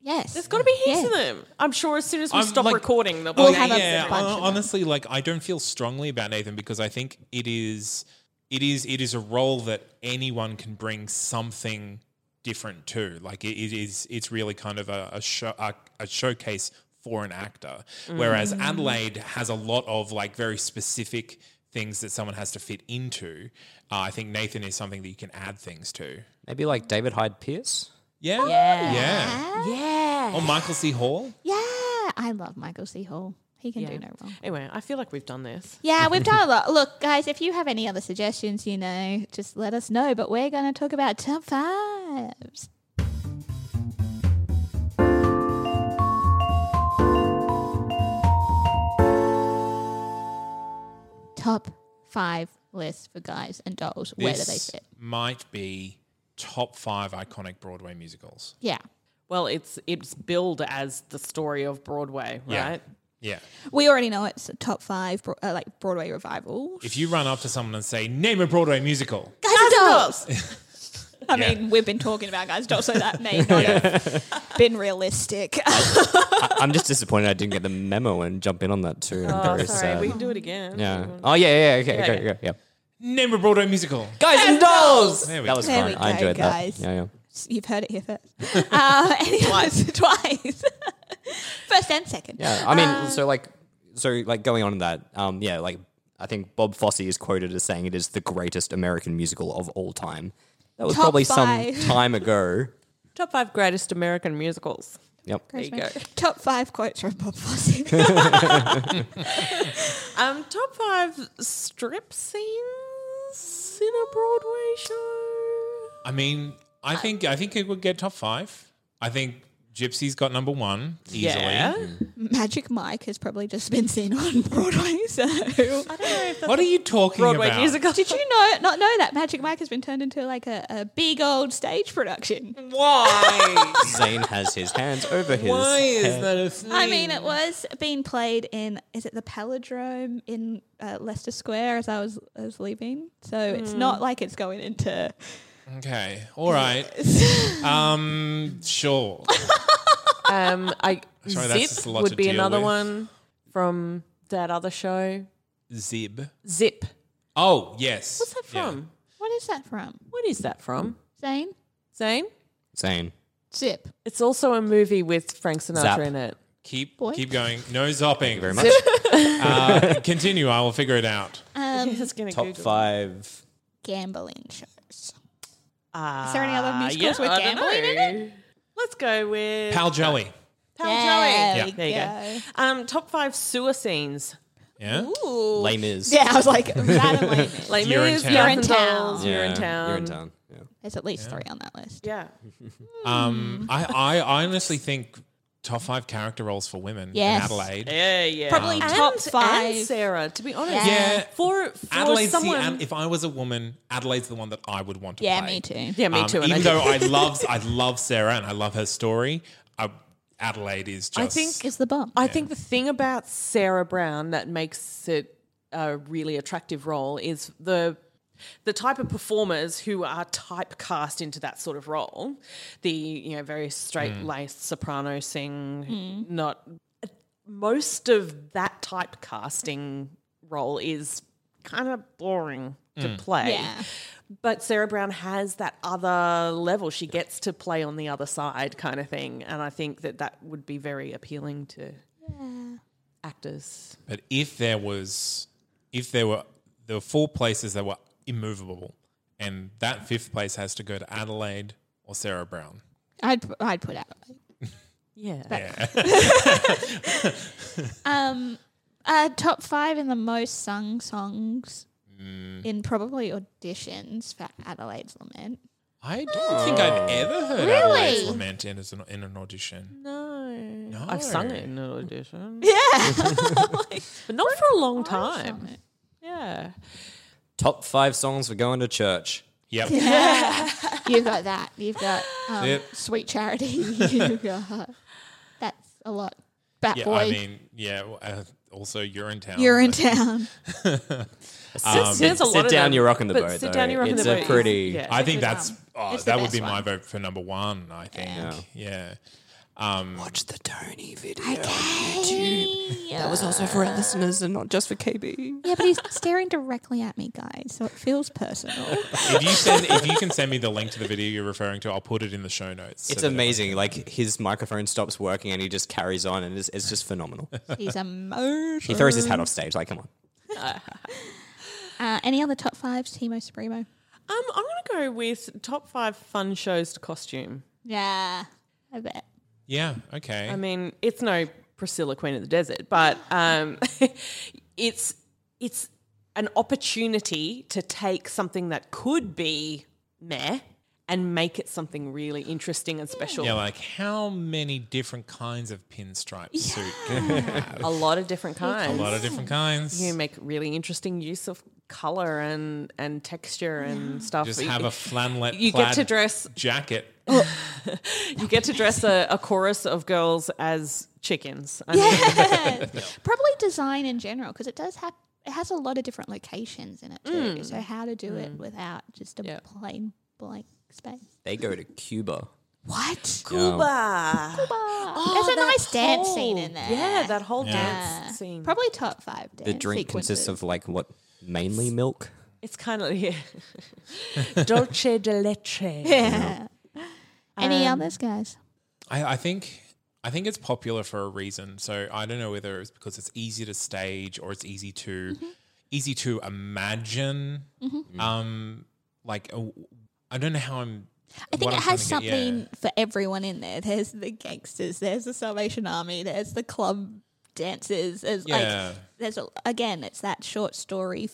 S1: yes.
S3: got to be heaps
S1: Yeah.
S3: of them. I'm sure as soon as we
S2: I'm
S3: stop
S2: like-
S3: recording, they'll be
S2: Well,
S1: We'll have a
S2: Oh, yeah,
S1: bunch of
S2: hon-
S1: them.
S2: honestly, like I don't feel strongly about Nathan because I think it is, it is, it is a role that anyone can bring something different to. Like it, it is, it's really kind of a a, show, a, a showcase for an actor. Whereas
S1: Mm.
S2: Adelaide has a lot of like very specific things that someone has to fit into. Uh, I think Nathan is something that you can add things to.
S4: Maybe like David Hyde Pierce.
S2: Yeah, yeah, yeah.
S3: yeah.
S2: Or Michael C. Hall.
S1: Yeah, I love Michael C. Hall. He can do no wrong.
S3: Anyway, I feel like we've done this.
S1: Yeah,
S2: [LAUGHS]
S1: we've done a lot. Look, guys, if you have any other suggestions, you know, just let us know. But we're going to talk about top fives. Top five lists for guys and dolls. Where do they
S2: This
S1: fit?
S2: Might be top five iconic Broadway musicals.
S1: Yeah.
S3: Well, it's it's billed as the story of Broadway,
S2: Yeah.
S3: right?
S2: Yeah.
S1: We already know it's top five, bro- uh, like Broadway revival.
S2: If you run up to someone and say, name a Broadway musical,
S1: Guys and dolls. [LAUGHS] I
S2: Yeah.
S1: mean, we've been talking about guys and dolls, so that
S2: [LAUGHS]
S1: may not have been realistic.
S4: I, I'm just disappointed I didn't get the memo and jump in on that too. I'm
S1: Oh,
S4: very
S3: Oh, Sorry,
S2: uh,
S4: sad.
S3: we can do it again.
S4: yeah. Oh yeah, yeah, yeah, okay, okay,
S3: yeah.
S4: okay, yeah.
S2: name a Broadway musical.
S4: Guys and dolls.
S2: There we
S4: That
S2: go.
S4: was
S1: There
S4: fun.
S1: we
S4: I
S1: go,
S4: enjoyed
S1: guys.
S4: that. Yeah, yeah.
S1: You've heard it here first. [LAUGHS] Uh, any twice. [LAUGHS] twice. first and second.
S4: Yeah, I mean,
S1: Um,
S4: so like, so like going on in that, um, yeah, like I think Bob Fosse is quoted as saying it is the greatest American musical of all time. That was
S1: Top
S4: probably
S1: five.
S4: some [LAUGHS] time ago.
S3: Top five greatest American musicals.
S4: Yep.
S3: There you go.
S1: Top five quotes from Bob Fosse. [LAUGHS]
S3: Um, top five strip scenes. else in a Broadway show?
S2: I mean, I think I think it would get top five. I think Gypsy's got number one easily.
S3: Yeah.
S4: Mm.
S1: Magic Mike has probably just been seen on [LAUGHS] Broadway. So
S2: What are you talking
S3: Broadway
S2: about?
S3: musical.
S1: did you know not know that Magic Mike has been turned into like a, a big old stage production?
S3: Why?
S4: Zane has his hands over his.
S2: Why is that a thing?
S1: I mean, it was being played in is it the Palindrome in uh, Leicester Square as I was as leaving. So it's not like it's going into.
S2: Okay, all right. Um, sure.
S3: [LAUGHS] um, I
S2: Sorry, that's just
S3: Zip
S2: a lot to
S3: would be
S2: deal
S3: another
S2: with.
S3: one from that other show.
S2: Zib.
S3: Zip.
S2: Oh yes.
S3: What's that
S2: Yeah.
S3: from?
S1: What is that from?
S3: What is that from?
S1: Zane
S3: Zane?
S4: Zane.
S1: Zip.
S3: It's also a movie with Frank Sinatra
S4: Zap.
S3: in it.
S2: Keep
S1: Boy.
S2: keep going. No zopping. [LAUGHS]
S4: Very much.
S2: Uh, continue. I will figure it out.
S1: Um,
S3: It's gonna
S4: Top five.
S1: gambling shows.
S3: Uh,
S1: Is there any other musicals with gambling in it?
S3: Let's go with
S2: Pal Joey.
S3: Pal
S1: Yeah,
S3: Joey.
S1: we
S3: There you go. Um, top five sewer scenes.
S2: Yeah.
S1: Ooh.
S4: Lame
S1: [LAUGHS]
S4: is.
S1: Yeah, I was like, that and
S2: [LAUGHS]
S1: lame is.
S3: Like
S2: You're in town.
S3: You're in
S1: You're in town.
S3: town. You're in town.
S4: You're in town. Yeah.
S1: There's at least three on that list.
S3: Yeah.
S2: Um, I, I I honestly think top five character roles for women
S1: Yes.
S2: in Adelaide.
S3: Yeah, yeah.
S1: Probably top five.
S3: And Sarah, to be honest.
S2: Yeah.
S3: For, for
S2: Adelaide's the,
S3: someone.
S2: Ad- if I was a woman, Adelaide's the one that I would want to
S1: Yeah,
S2: play.
S1: me too.
S3: yeah, me
S2: Um,
S3: too. and
S2: even
S3: I
S2: though
S3: think-
S2: I
S3: [LAUGHS]
S2: love I love Sarah and I love her story, I, Adelaide is just.
S3: I think
S1: Is the bomb.
S3: I think the thing about Sarah Brown that makes it a really attractive role is the the type of performers who are typecast into that sort of role. The you know very
S2: Hmm.
S3: straight laced soprano sing, not most of that typecasting role is kind of boring
S4: Mm.
S3: to play.
S1: Yeah.
S3: But Sarah Brown has that other level. She gets to play on the other side, kind of thing. And I think that that would be very appealing to actors.
S2: But if there was, if there were, there were four places that were immovable, and that fifth place has to go to Adelaide or Sarah Brown.
S1: I'd, I'd put out.
S3: Yeah.
S1: Um, uh, top five in the most sung songs
S2: Mm.
S1: in probably auditions for Adelaide's Lament.
S2: I don't think I've ever heard Adelaide's
S1: Really?
S2: lament in, as an, in an audition.
S3: no.
S2: No,
S3: I've sung it in an audition. Yeah. [LAUGHS] but not for a long time. Yeah.
S4: Top five songs for going to church.
S2: Yep.
S1: [LAUGHS] You've got that. You've got um,
S2: Yep.
S1: Sweet
S2: [LAUGHS]
S1: Charity. You've got that's a lot. Bat
S2: Yeah,
S1: Boy.
S2: I mean, yeah. well, Uh, also, you're in town.
S1: You're in
S2: but-
S1: town.
S3: Sit- there's a lot
S4: Um, sit
S3: of
S4: down,
S3: them,
S4: you're rocking the
S3: but
S4: boat,
S3: Sit
S4: though.
S3: down, you're rocking
S4: It's
S3: the
S4: a
S3: boat.
S4: pretty-
S3: Yeah.
S2: I think that's oh,
S1: It's the
S2: that would be
S1: best
S2: my
S1: one.
S2: vote for number one. I think. Yeah.
S4: Watch the Tony video on YouTube. That was also for our listeners and not just for KB.
S1: Yeah, but he's staring directly at me, guys, so it feels personal.
S2: If you send, if you can send me the link to the video you're referring to, I'll put it in the show notes. so
S4: It's
S2: that everyone
S4: amazing. Like his microphone stops working and he just carries on, and it's, it's just [LAUGHS] phenomenal.
S1: he's emotional.
S4: he throws his hat off stage. Like, come on.
S1: Uh, any other top fives, Timo Supremo?
S3: Um, I'm going to go with top five fun shows to costume.
S1: Yeah, I bet. [LAUGHS]
S2: Yeah. Okay.
S3: I mean, it's no Priscilla Queen of the Desert, but um, [LAUGHS] it's it's an opportunity to take something that could be meh and make it something really interesting and special.
S2: yeah. Like how many different kinds of pinstripe suit? can we have?
S3: A lot of
S2: [LAUGHS]
S3: different
S2: A
S3: kinds.
S2: lot of different kinds.
S3: you make really interesting use of color and and texture and stuff.
S2: Just
S3: You-
S2: have a flannelette.
S3: you get to
S2: plaid
S3: dress
S2: jacket.
S3: you get to dress a, a chorus of girls as chickens. I mean,
S1: Probably design in general because it does have it has a lot of different locations in it too. So how to do it without just a
S3: Mm. Yeah.
S1: plain blank space?
S4: They go to Cuba.
S1: What?
S3: Cuba.
S1: There's a nice dance scene in there.
S3: Oh, Yeah, that whole
S1: Yeah.
S3: dance scene.
S1: Probably top five. Dance
S4: The drink consists
S1: sequences.
S4: of like what? Mainly milk.
S3: It's kind of [LAUGHS] yeah. Dolce de leche.
S1: Yeah. [LAUGHS] Any
S3: Um,
S1: others, guys?
S2: I, I think I think it's popular for a reason. So I don't know whether it's because it's easy to stage or it's easy to
S1: Mm-hmm.
S2: easy to imagine. Um, like a, I don't know how I'm.
S1: I think
S2: what
S1: it
S2: I'm
S1: has
S2: trying to get- yeah.
S1: something for everyone in there. There's the gangsters, there's the Salvation Army, there's the club dances. As
S2: Yeah.
S1: like there's a, again, it's that short story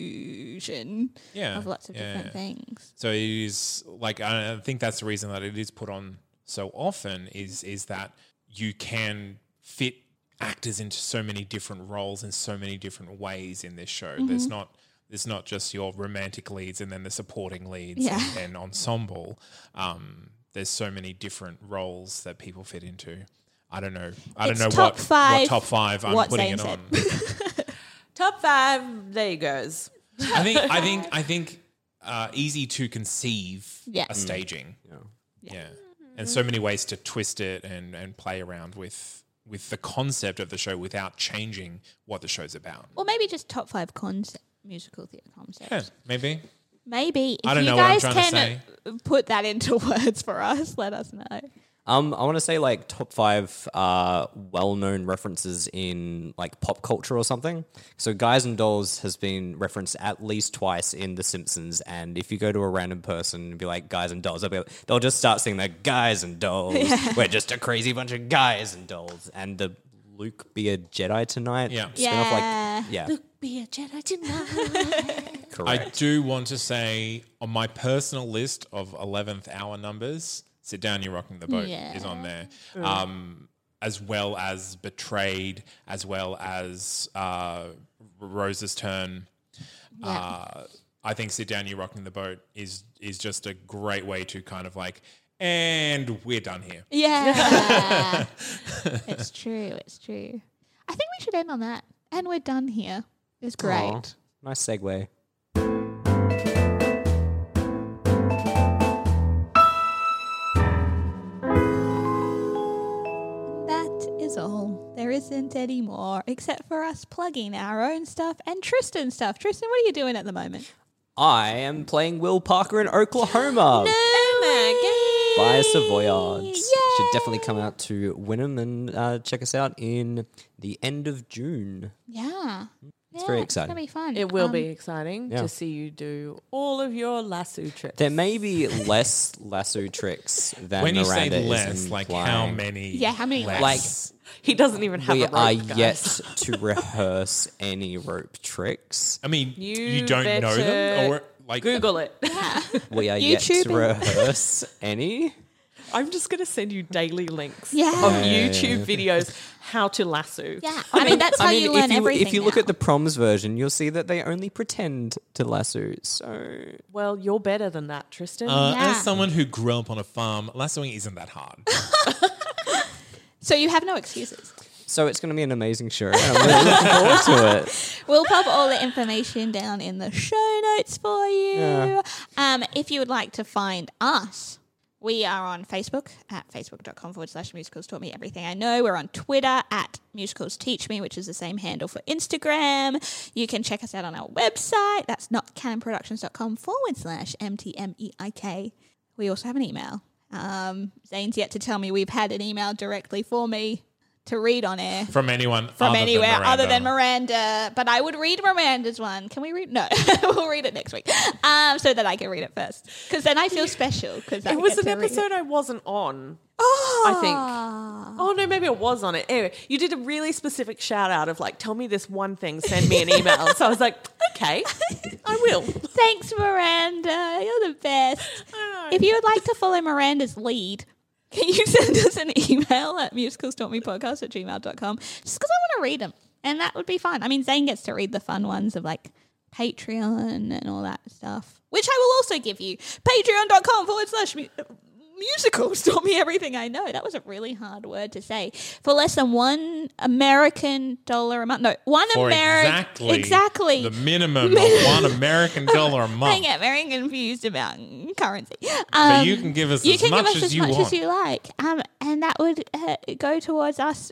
S1: fusion
S2: Yeah,
S1: of lots of
S2: yeah,
S1: different
S2: yeah.
S1: things.
S2: So it is like I I think that's the reason that it is put on so often is is that you can fit actors into so many different roles in so many different ways in this show.
S1: Mm-hmm.
S2: There's not there's not just your romantic leads and then the supporting leads and,
S1: Yeah.
S2: and ensemble. Um, there's so many different roles that people fit into. I don't know. I
S1: It's
S2: don't know
S1: top
S2: what, what
S1: five,
S2: top five I'm
S1: what
S2: putting
S1: Zane
S2: it
S1: said.
S2: on.
S3: Top five. There you goes.
S2: I think
S1: [LAUGHS]
S2: I think I think uh, easy to conceive
S1: Yeah.
S2: a
S1: Mm. Mm-hmm.
S2: staging. Yeah. And so many ways to twist it and, and play around with with the concept of the show without changing what the show's about.
S1: Or maybe just top five concept, musical theatre concepts.
S2: Yeah, maybe.
S1: Maybe if
S2: I don't
S1: you
S2: know what I'm
S1: guys
S2: trying to
S1: can put that into [LAUGHS] words for us, let us know.
S4: Um, I want to say like top five uh, well-known references in like pop culture or something. So Guys and Dolls has been referenced at least twice in The Simpsons, and if you go to a random person and be like Guys and Dolls, they'll, be, they'll just start singing that Guys and Dolls. [LAUGHS] We're just a crazy bunch of guys and dolls, and the Luke be a Jedi tonight.
S2: Yeah.
S4: spin-off,
S1: Yeah.
S4: Like, yeah.
S3: Be a Jedi tonight.
S2: I
S4: Correct.
S2: do want to say on my personal list of eleventh hour numbers, "Sit Down, You're Rocking the Boat" is on there, um, as well as "Betrayed," as well as uh, "Rose's Turn." Uh, I think "Sit Down, You're Rocking the Boat" is is just a great way to kind of like, and we're done here.
S1: Yeah.
S4: [LAUGHS]
S1: it's true. It's true. I think we should end on that. And we're done here. It's great.
S4: Aw, nice segue.
S1: That is all. There isn't any more except for us plugging our own stuff and Tristan stuff. Tristan, what are you doing at the moment?
S4: I am playing Will Parker in Oklahoma.
S1: Oh
S4: by Savoyards. Should definitely come out to Wynnum and uh, check us out in the end of June.
S1: Yeah. It's
S4: very
S1: It's
S4: exciting.
S1: gonna be fun.
S3: It will
S1: Um,
S3: be exciting
S4: yeah.
S3: to see you do all of your lasso tricks.
S4: There may be less lasso tricks than
S2: when you
S4: Miranda
S2: say
S4: is
S2: less, like how
S4: implying.
S2: many?
S1: Yeah, how many
S2: less?
S4: Like
S3: He doesn't even have
S4: we
S3: a rope,
S4: are
S3: guys.
S4: yet
S1: [LAUGHS]
S4: to rehease any rope tricks.
S2: I mean, you,
S3: You
S2: don't know them, or
S3: better
S2: like
S3: Google it.
S4: We are yet to
S1: YouTubing.
S4: rehearse any.
S3: [LAUGHS] I'm just going to send you daily links
S1: Yeah.
S3: of YouTube videos how to lasso.
S1: Yeah. I mean that's how
S4: I mean,
S1: you
S4: if
S1: learn
S4: you
S1: everything.
S4: if you look
S1: now.
S4: at the proms version, you'll see that they only pretend to lasso. So
S3: Well, you're better than that, Tristan.
S2: Uh,
S1: Yeah.
S2: As someone who grew up on a farm, lassoing isn't that
S1: [LAUGHS]
S2: hard.
S1: So you have no excuses.
S4: so it's going to be an amazing show. and I'm really looking forward to it.
S1: We'll pop all the information down in the show notes for you.
S4: Yeah.
S1: Um, if you would like to find us, we are on Facebook at facebook.com forward slash musicals taught me everything I know. We're on Twitter at musicals teach me, which is the same handle for Instagram. You can check us out on our website. That's notcanonproductions.com forward slash MTMEIK. E We also have an email. Um, Zane's yet to tell me we've had an email directly for me to read on air
S2: from anyone
S1: from
S2: other
S1: anywhere
S2: than
S1: other than Miranda. But I would read Miranda's one. Can we read? No, [LAUGHS] we'll read it next week, um, so that I can read it first, because then I feel special. Because
S3: it was an episode I wasn't on.
S1: Oh,
S3: I think. Oh no, maybe it was on it. Anyway, you did a really specific shout out of like, tell me this one thing, send me an [LAUGHS] email. so I was like, okay, I will.
S1: Thanks, Miranda. You're the best. If you would like to follow Miranda's lead, can you [LAUGHS] send us an email at musicalstalkmepodcast at gmail.com? Just because I want to read them. And that would be fun. I mean, Zane gets to read the fun ones of like Patreon and all that stuff, which I will also give you. Patreon.com forward slash mu- musicals taught me everything I know. That was a really hard word to say. For less than one American dollar a month. No, one
S2: For
S1: American.
S2: exactly,
S1: Exactly.
S2: the minimum of
S1: [LAUGHS]
S2: one American dollar a
S1: I
S2: month.
S1: get very confused about currency. Um,
S2: Oh. But you can give us
S1: you
S2: as
S1: can
S2: much
S1: give us
S2: as
S1: as
S2: you
S1: much
S2: want.
S1: as you like, um, and that would uh, go towards us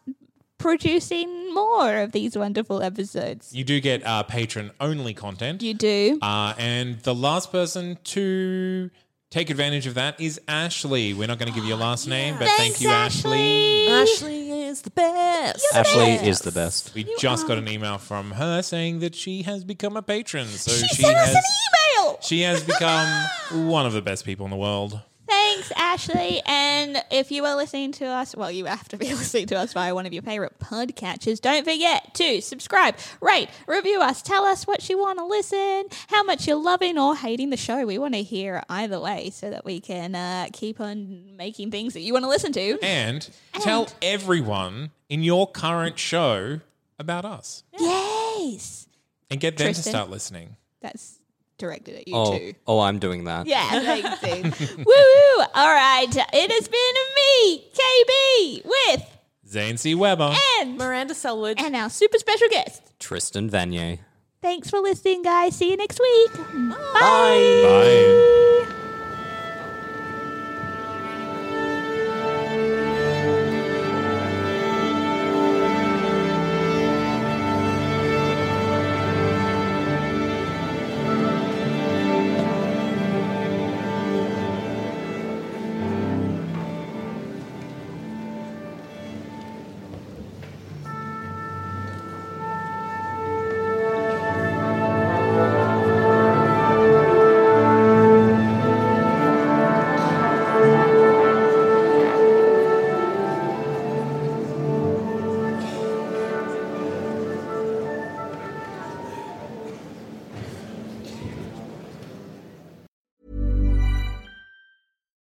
S1: producing more of these wonderful episodes.
S2: You do get uh, patron only content.
S1: You do.
S2: Uh, and the last person to take advantage of that is Ashley. We're not going to give your [GASPS] last name, but thank you, Ashley.
S3: Ashley is the best.
S4: Ashley is the best.
S2: We just got an email from her saying that she has become a patron. So she,
S1: Send us
S2: has
S1: an email.
S2: she has become one of the best people in the world.
S1: Thank Thanks, Ashley. And if you are listening to us, well, you have to be [LAUGHS] listening to us via one of your favorite podcatchers. Don't forget to subscribe, rate, review us, tell us what you want to listen, how much you're loving or hating the show. We want to hear either way so that we can uh, keep on making things that you want to listen to.
S2: And tell everyone in your current show about us
S1: Yes.
S2: and get them to
S1: Tristan.
S2: start listening.
S1: That's directed at you
S4: Oh,
S1: too.
S4: oh, I'm doing that.
S1: Yeah, amazing. [LAUGHS] Woo woo. All right. It has been me, KB, with
S2: Zancy Weber.
S1: and
S3: Miranda Selwood.
S1: and our super special guest.
S4: Tristan Vanier.
S1: Thanks for listening, guys. See you next week. Bye.
S2: Bye.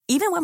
S5: Even when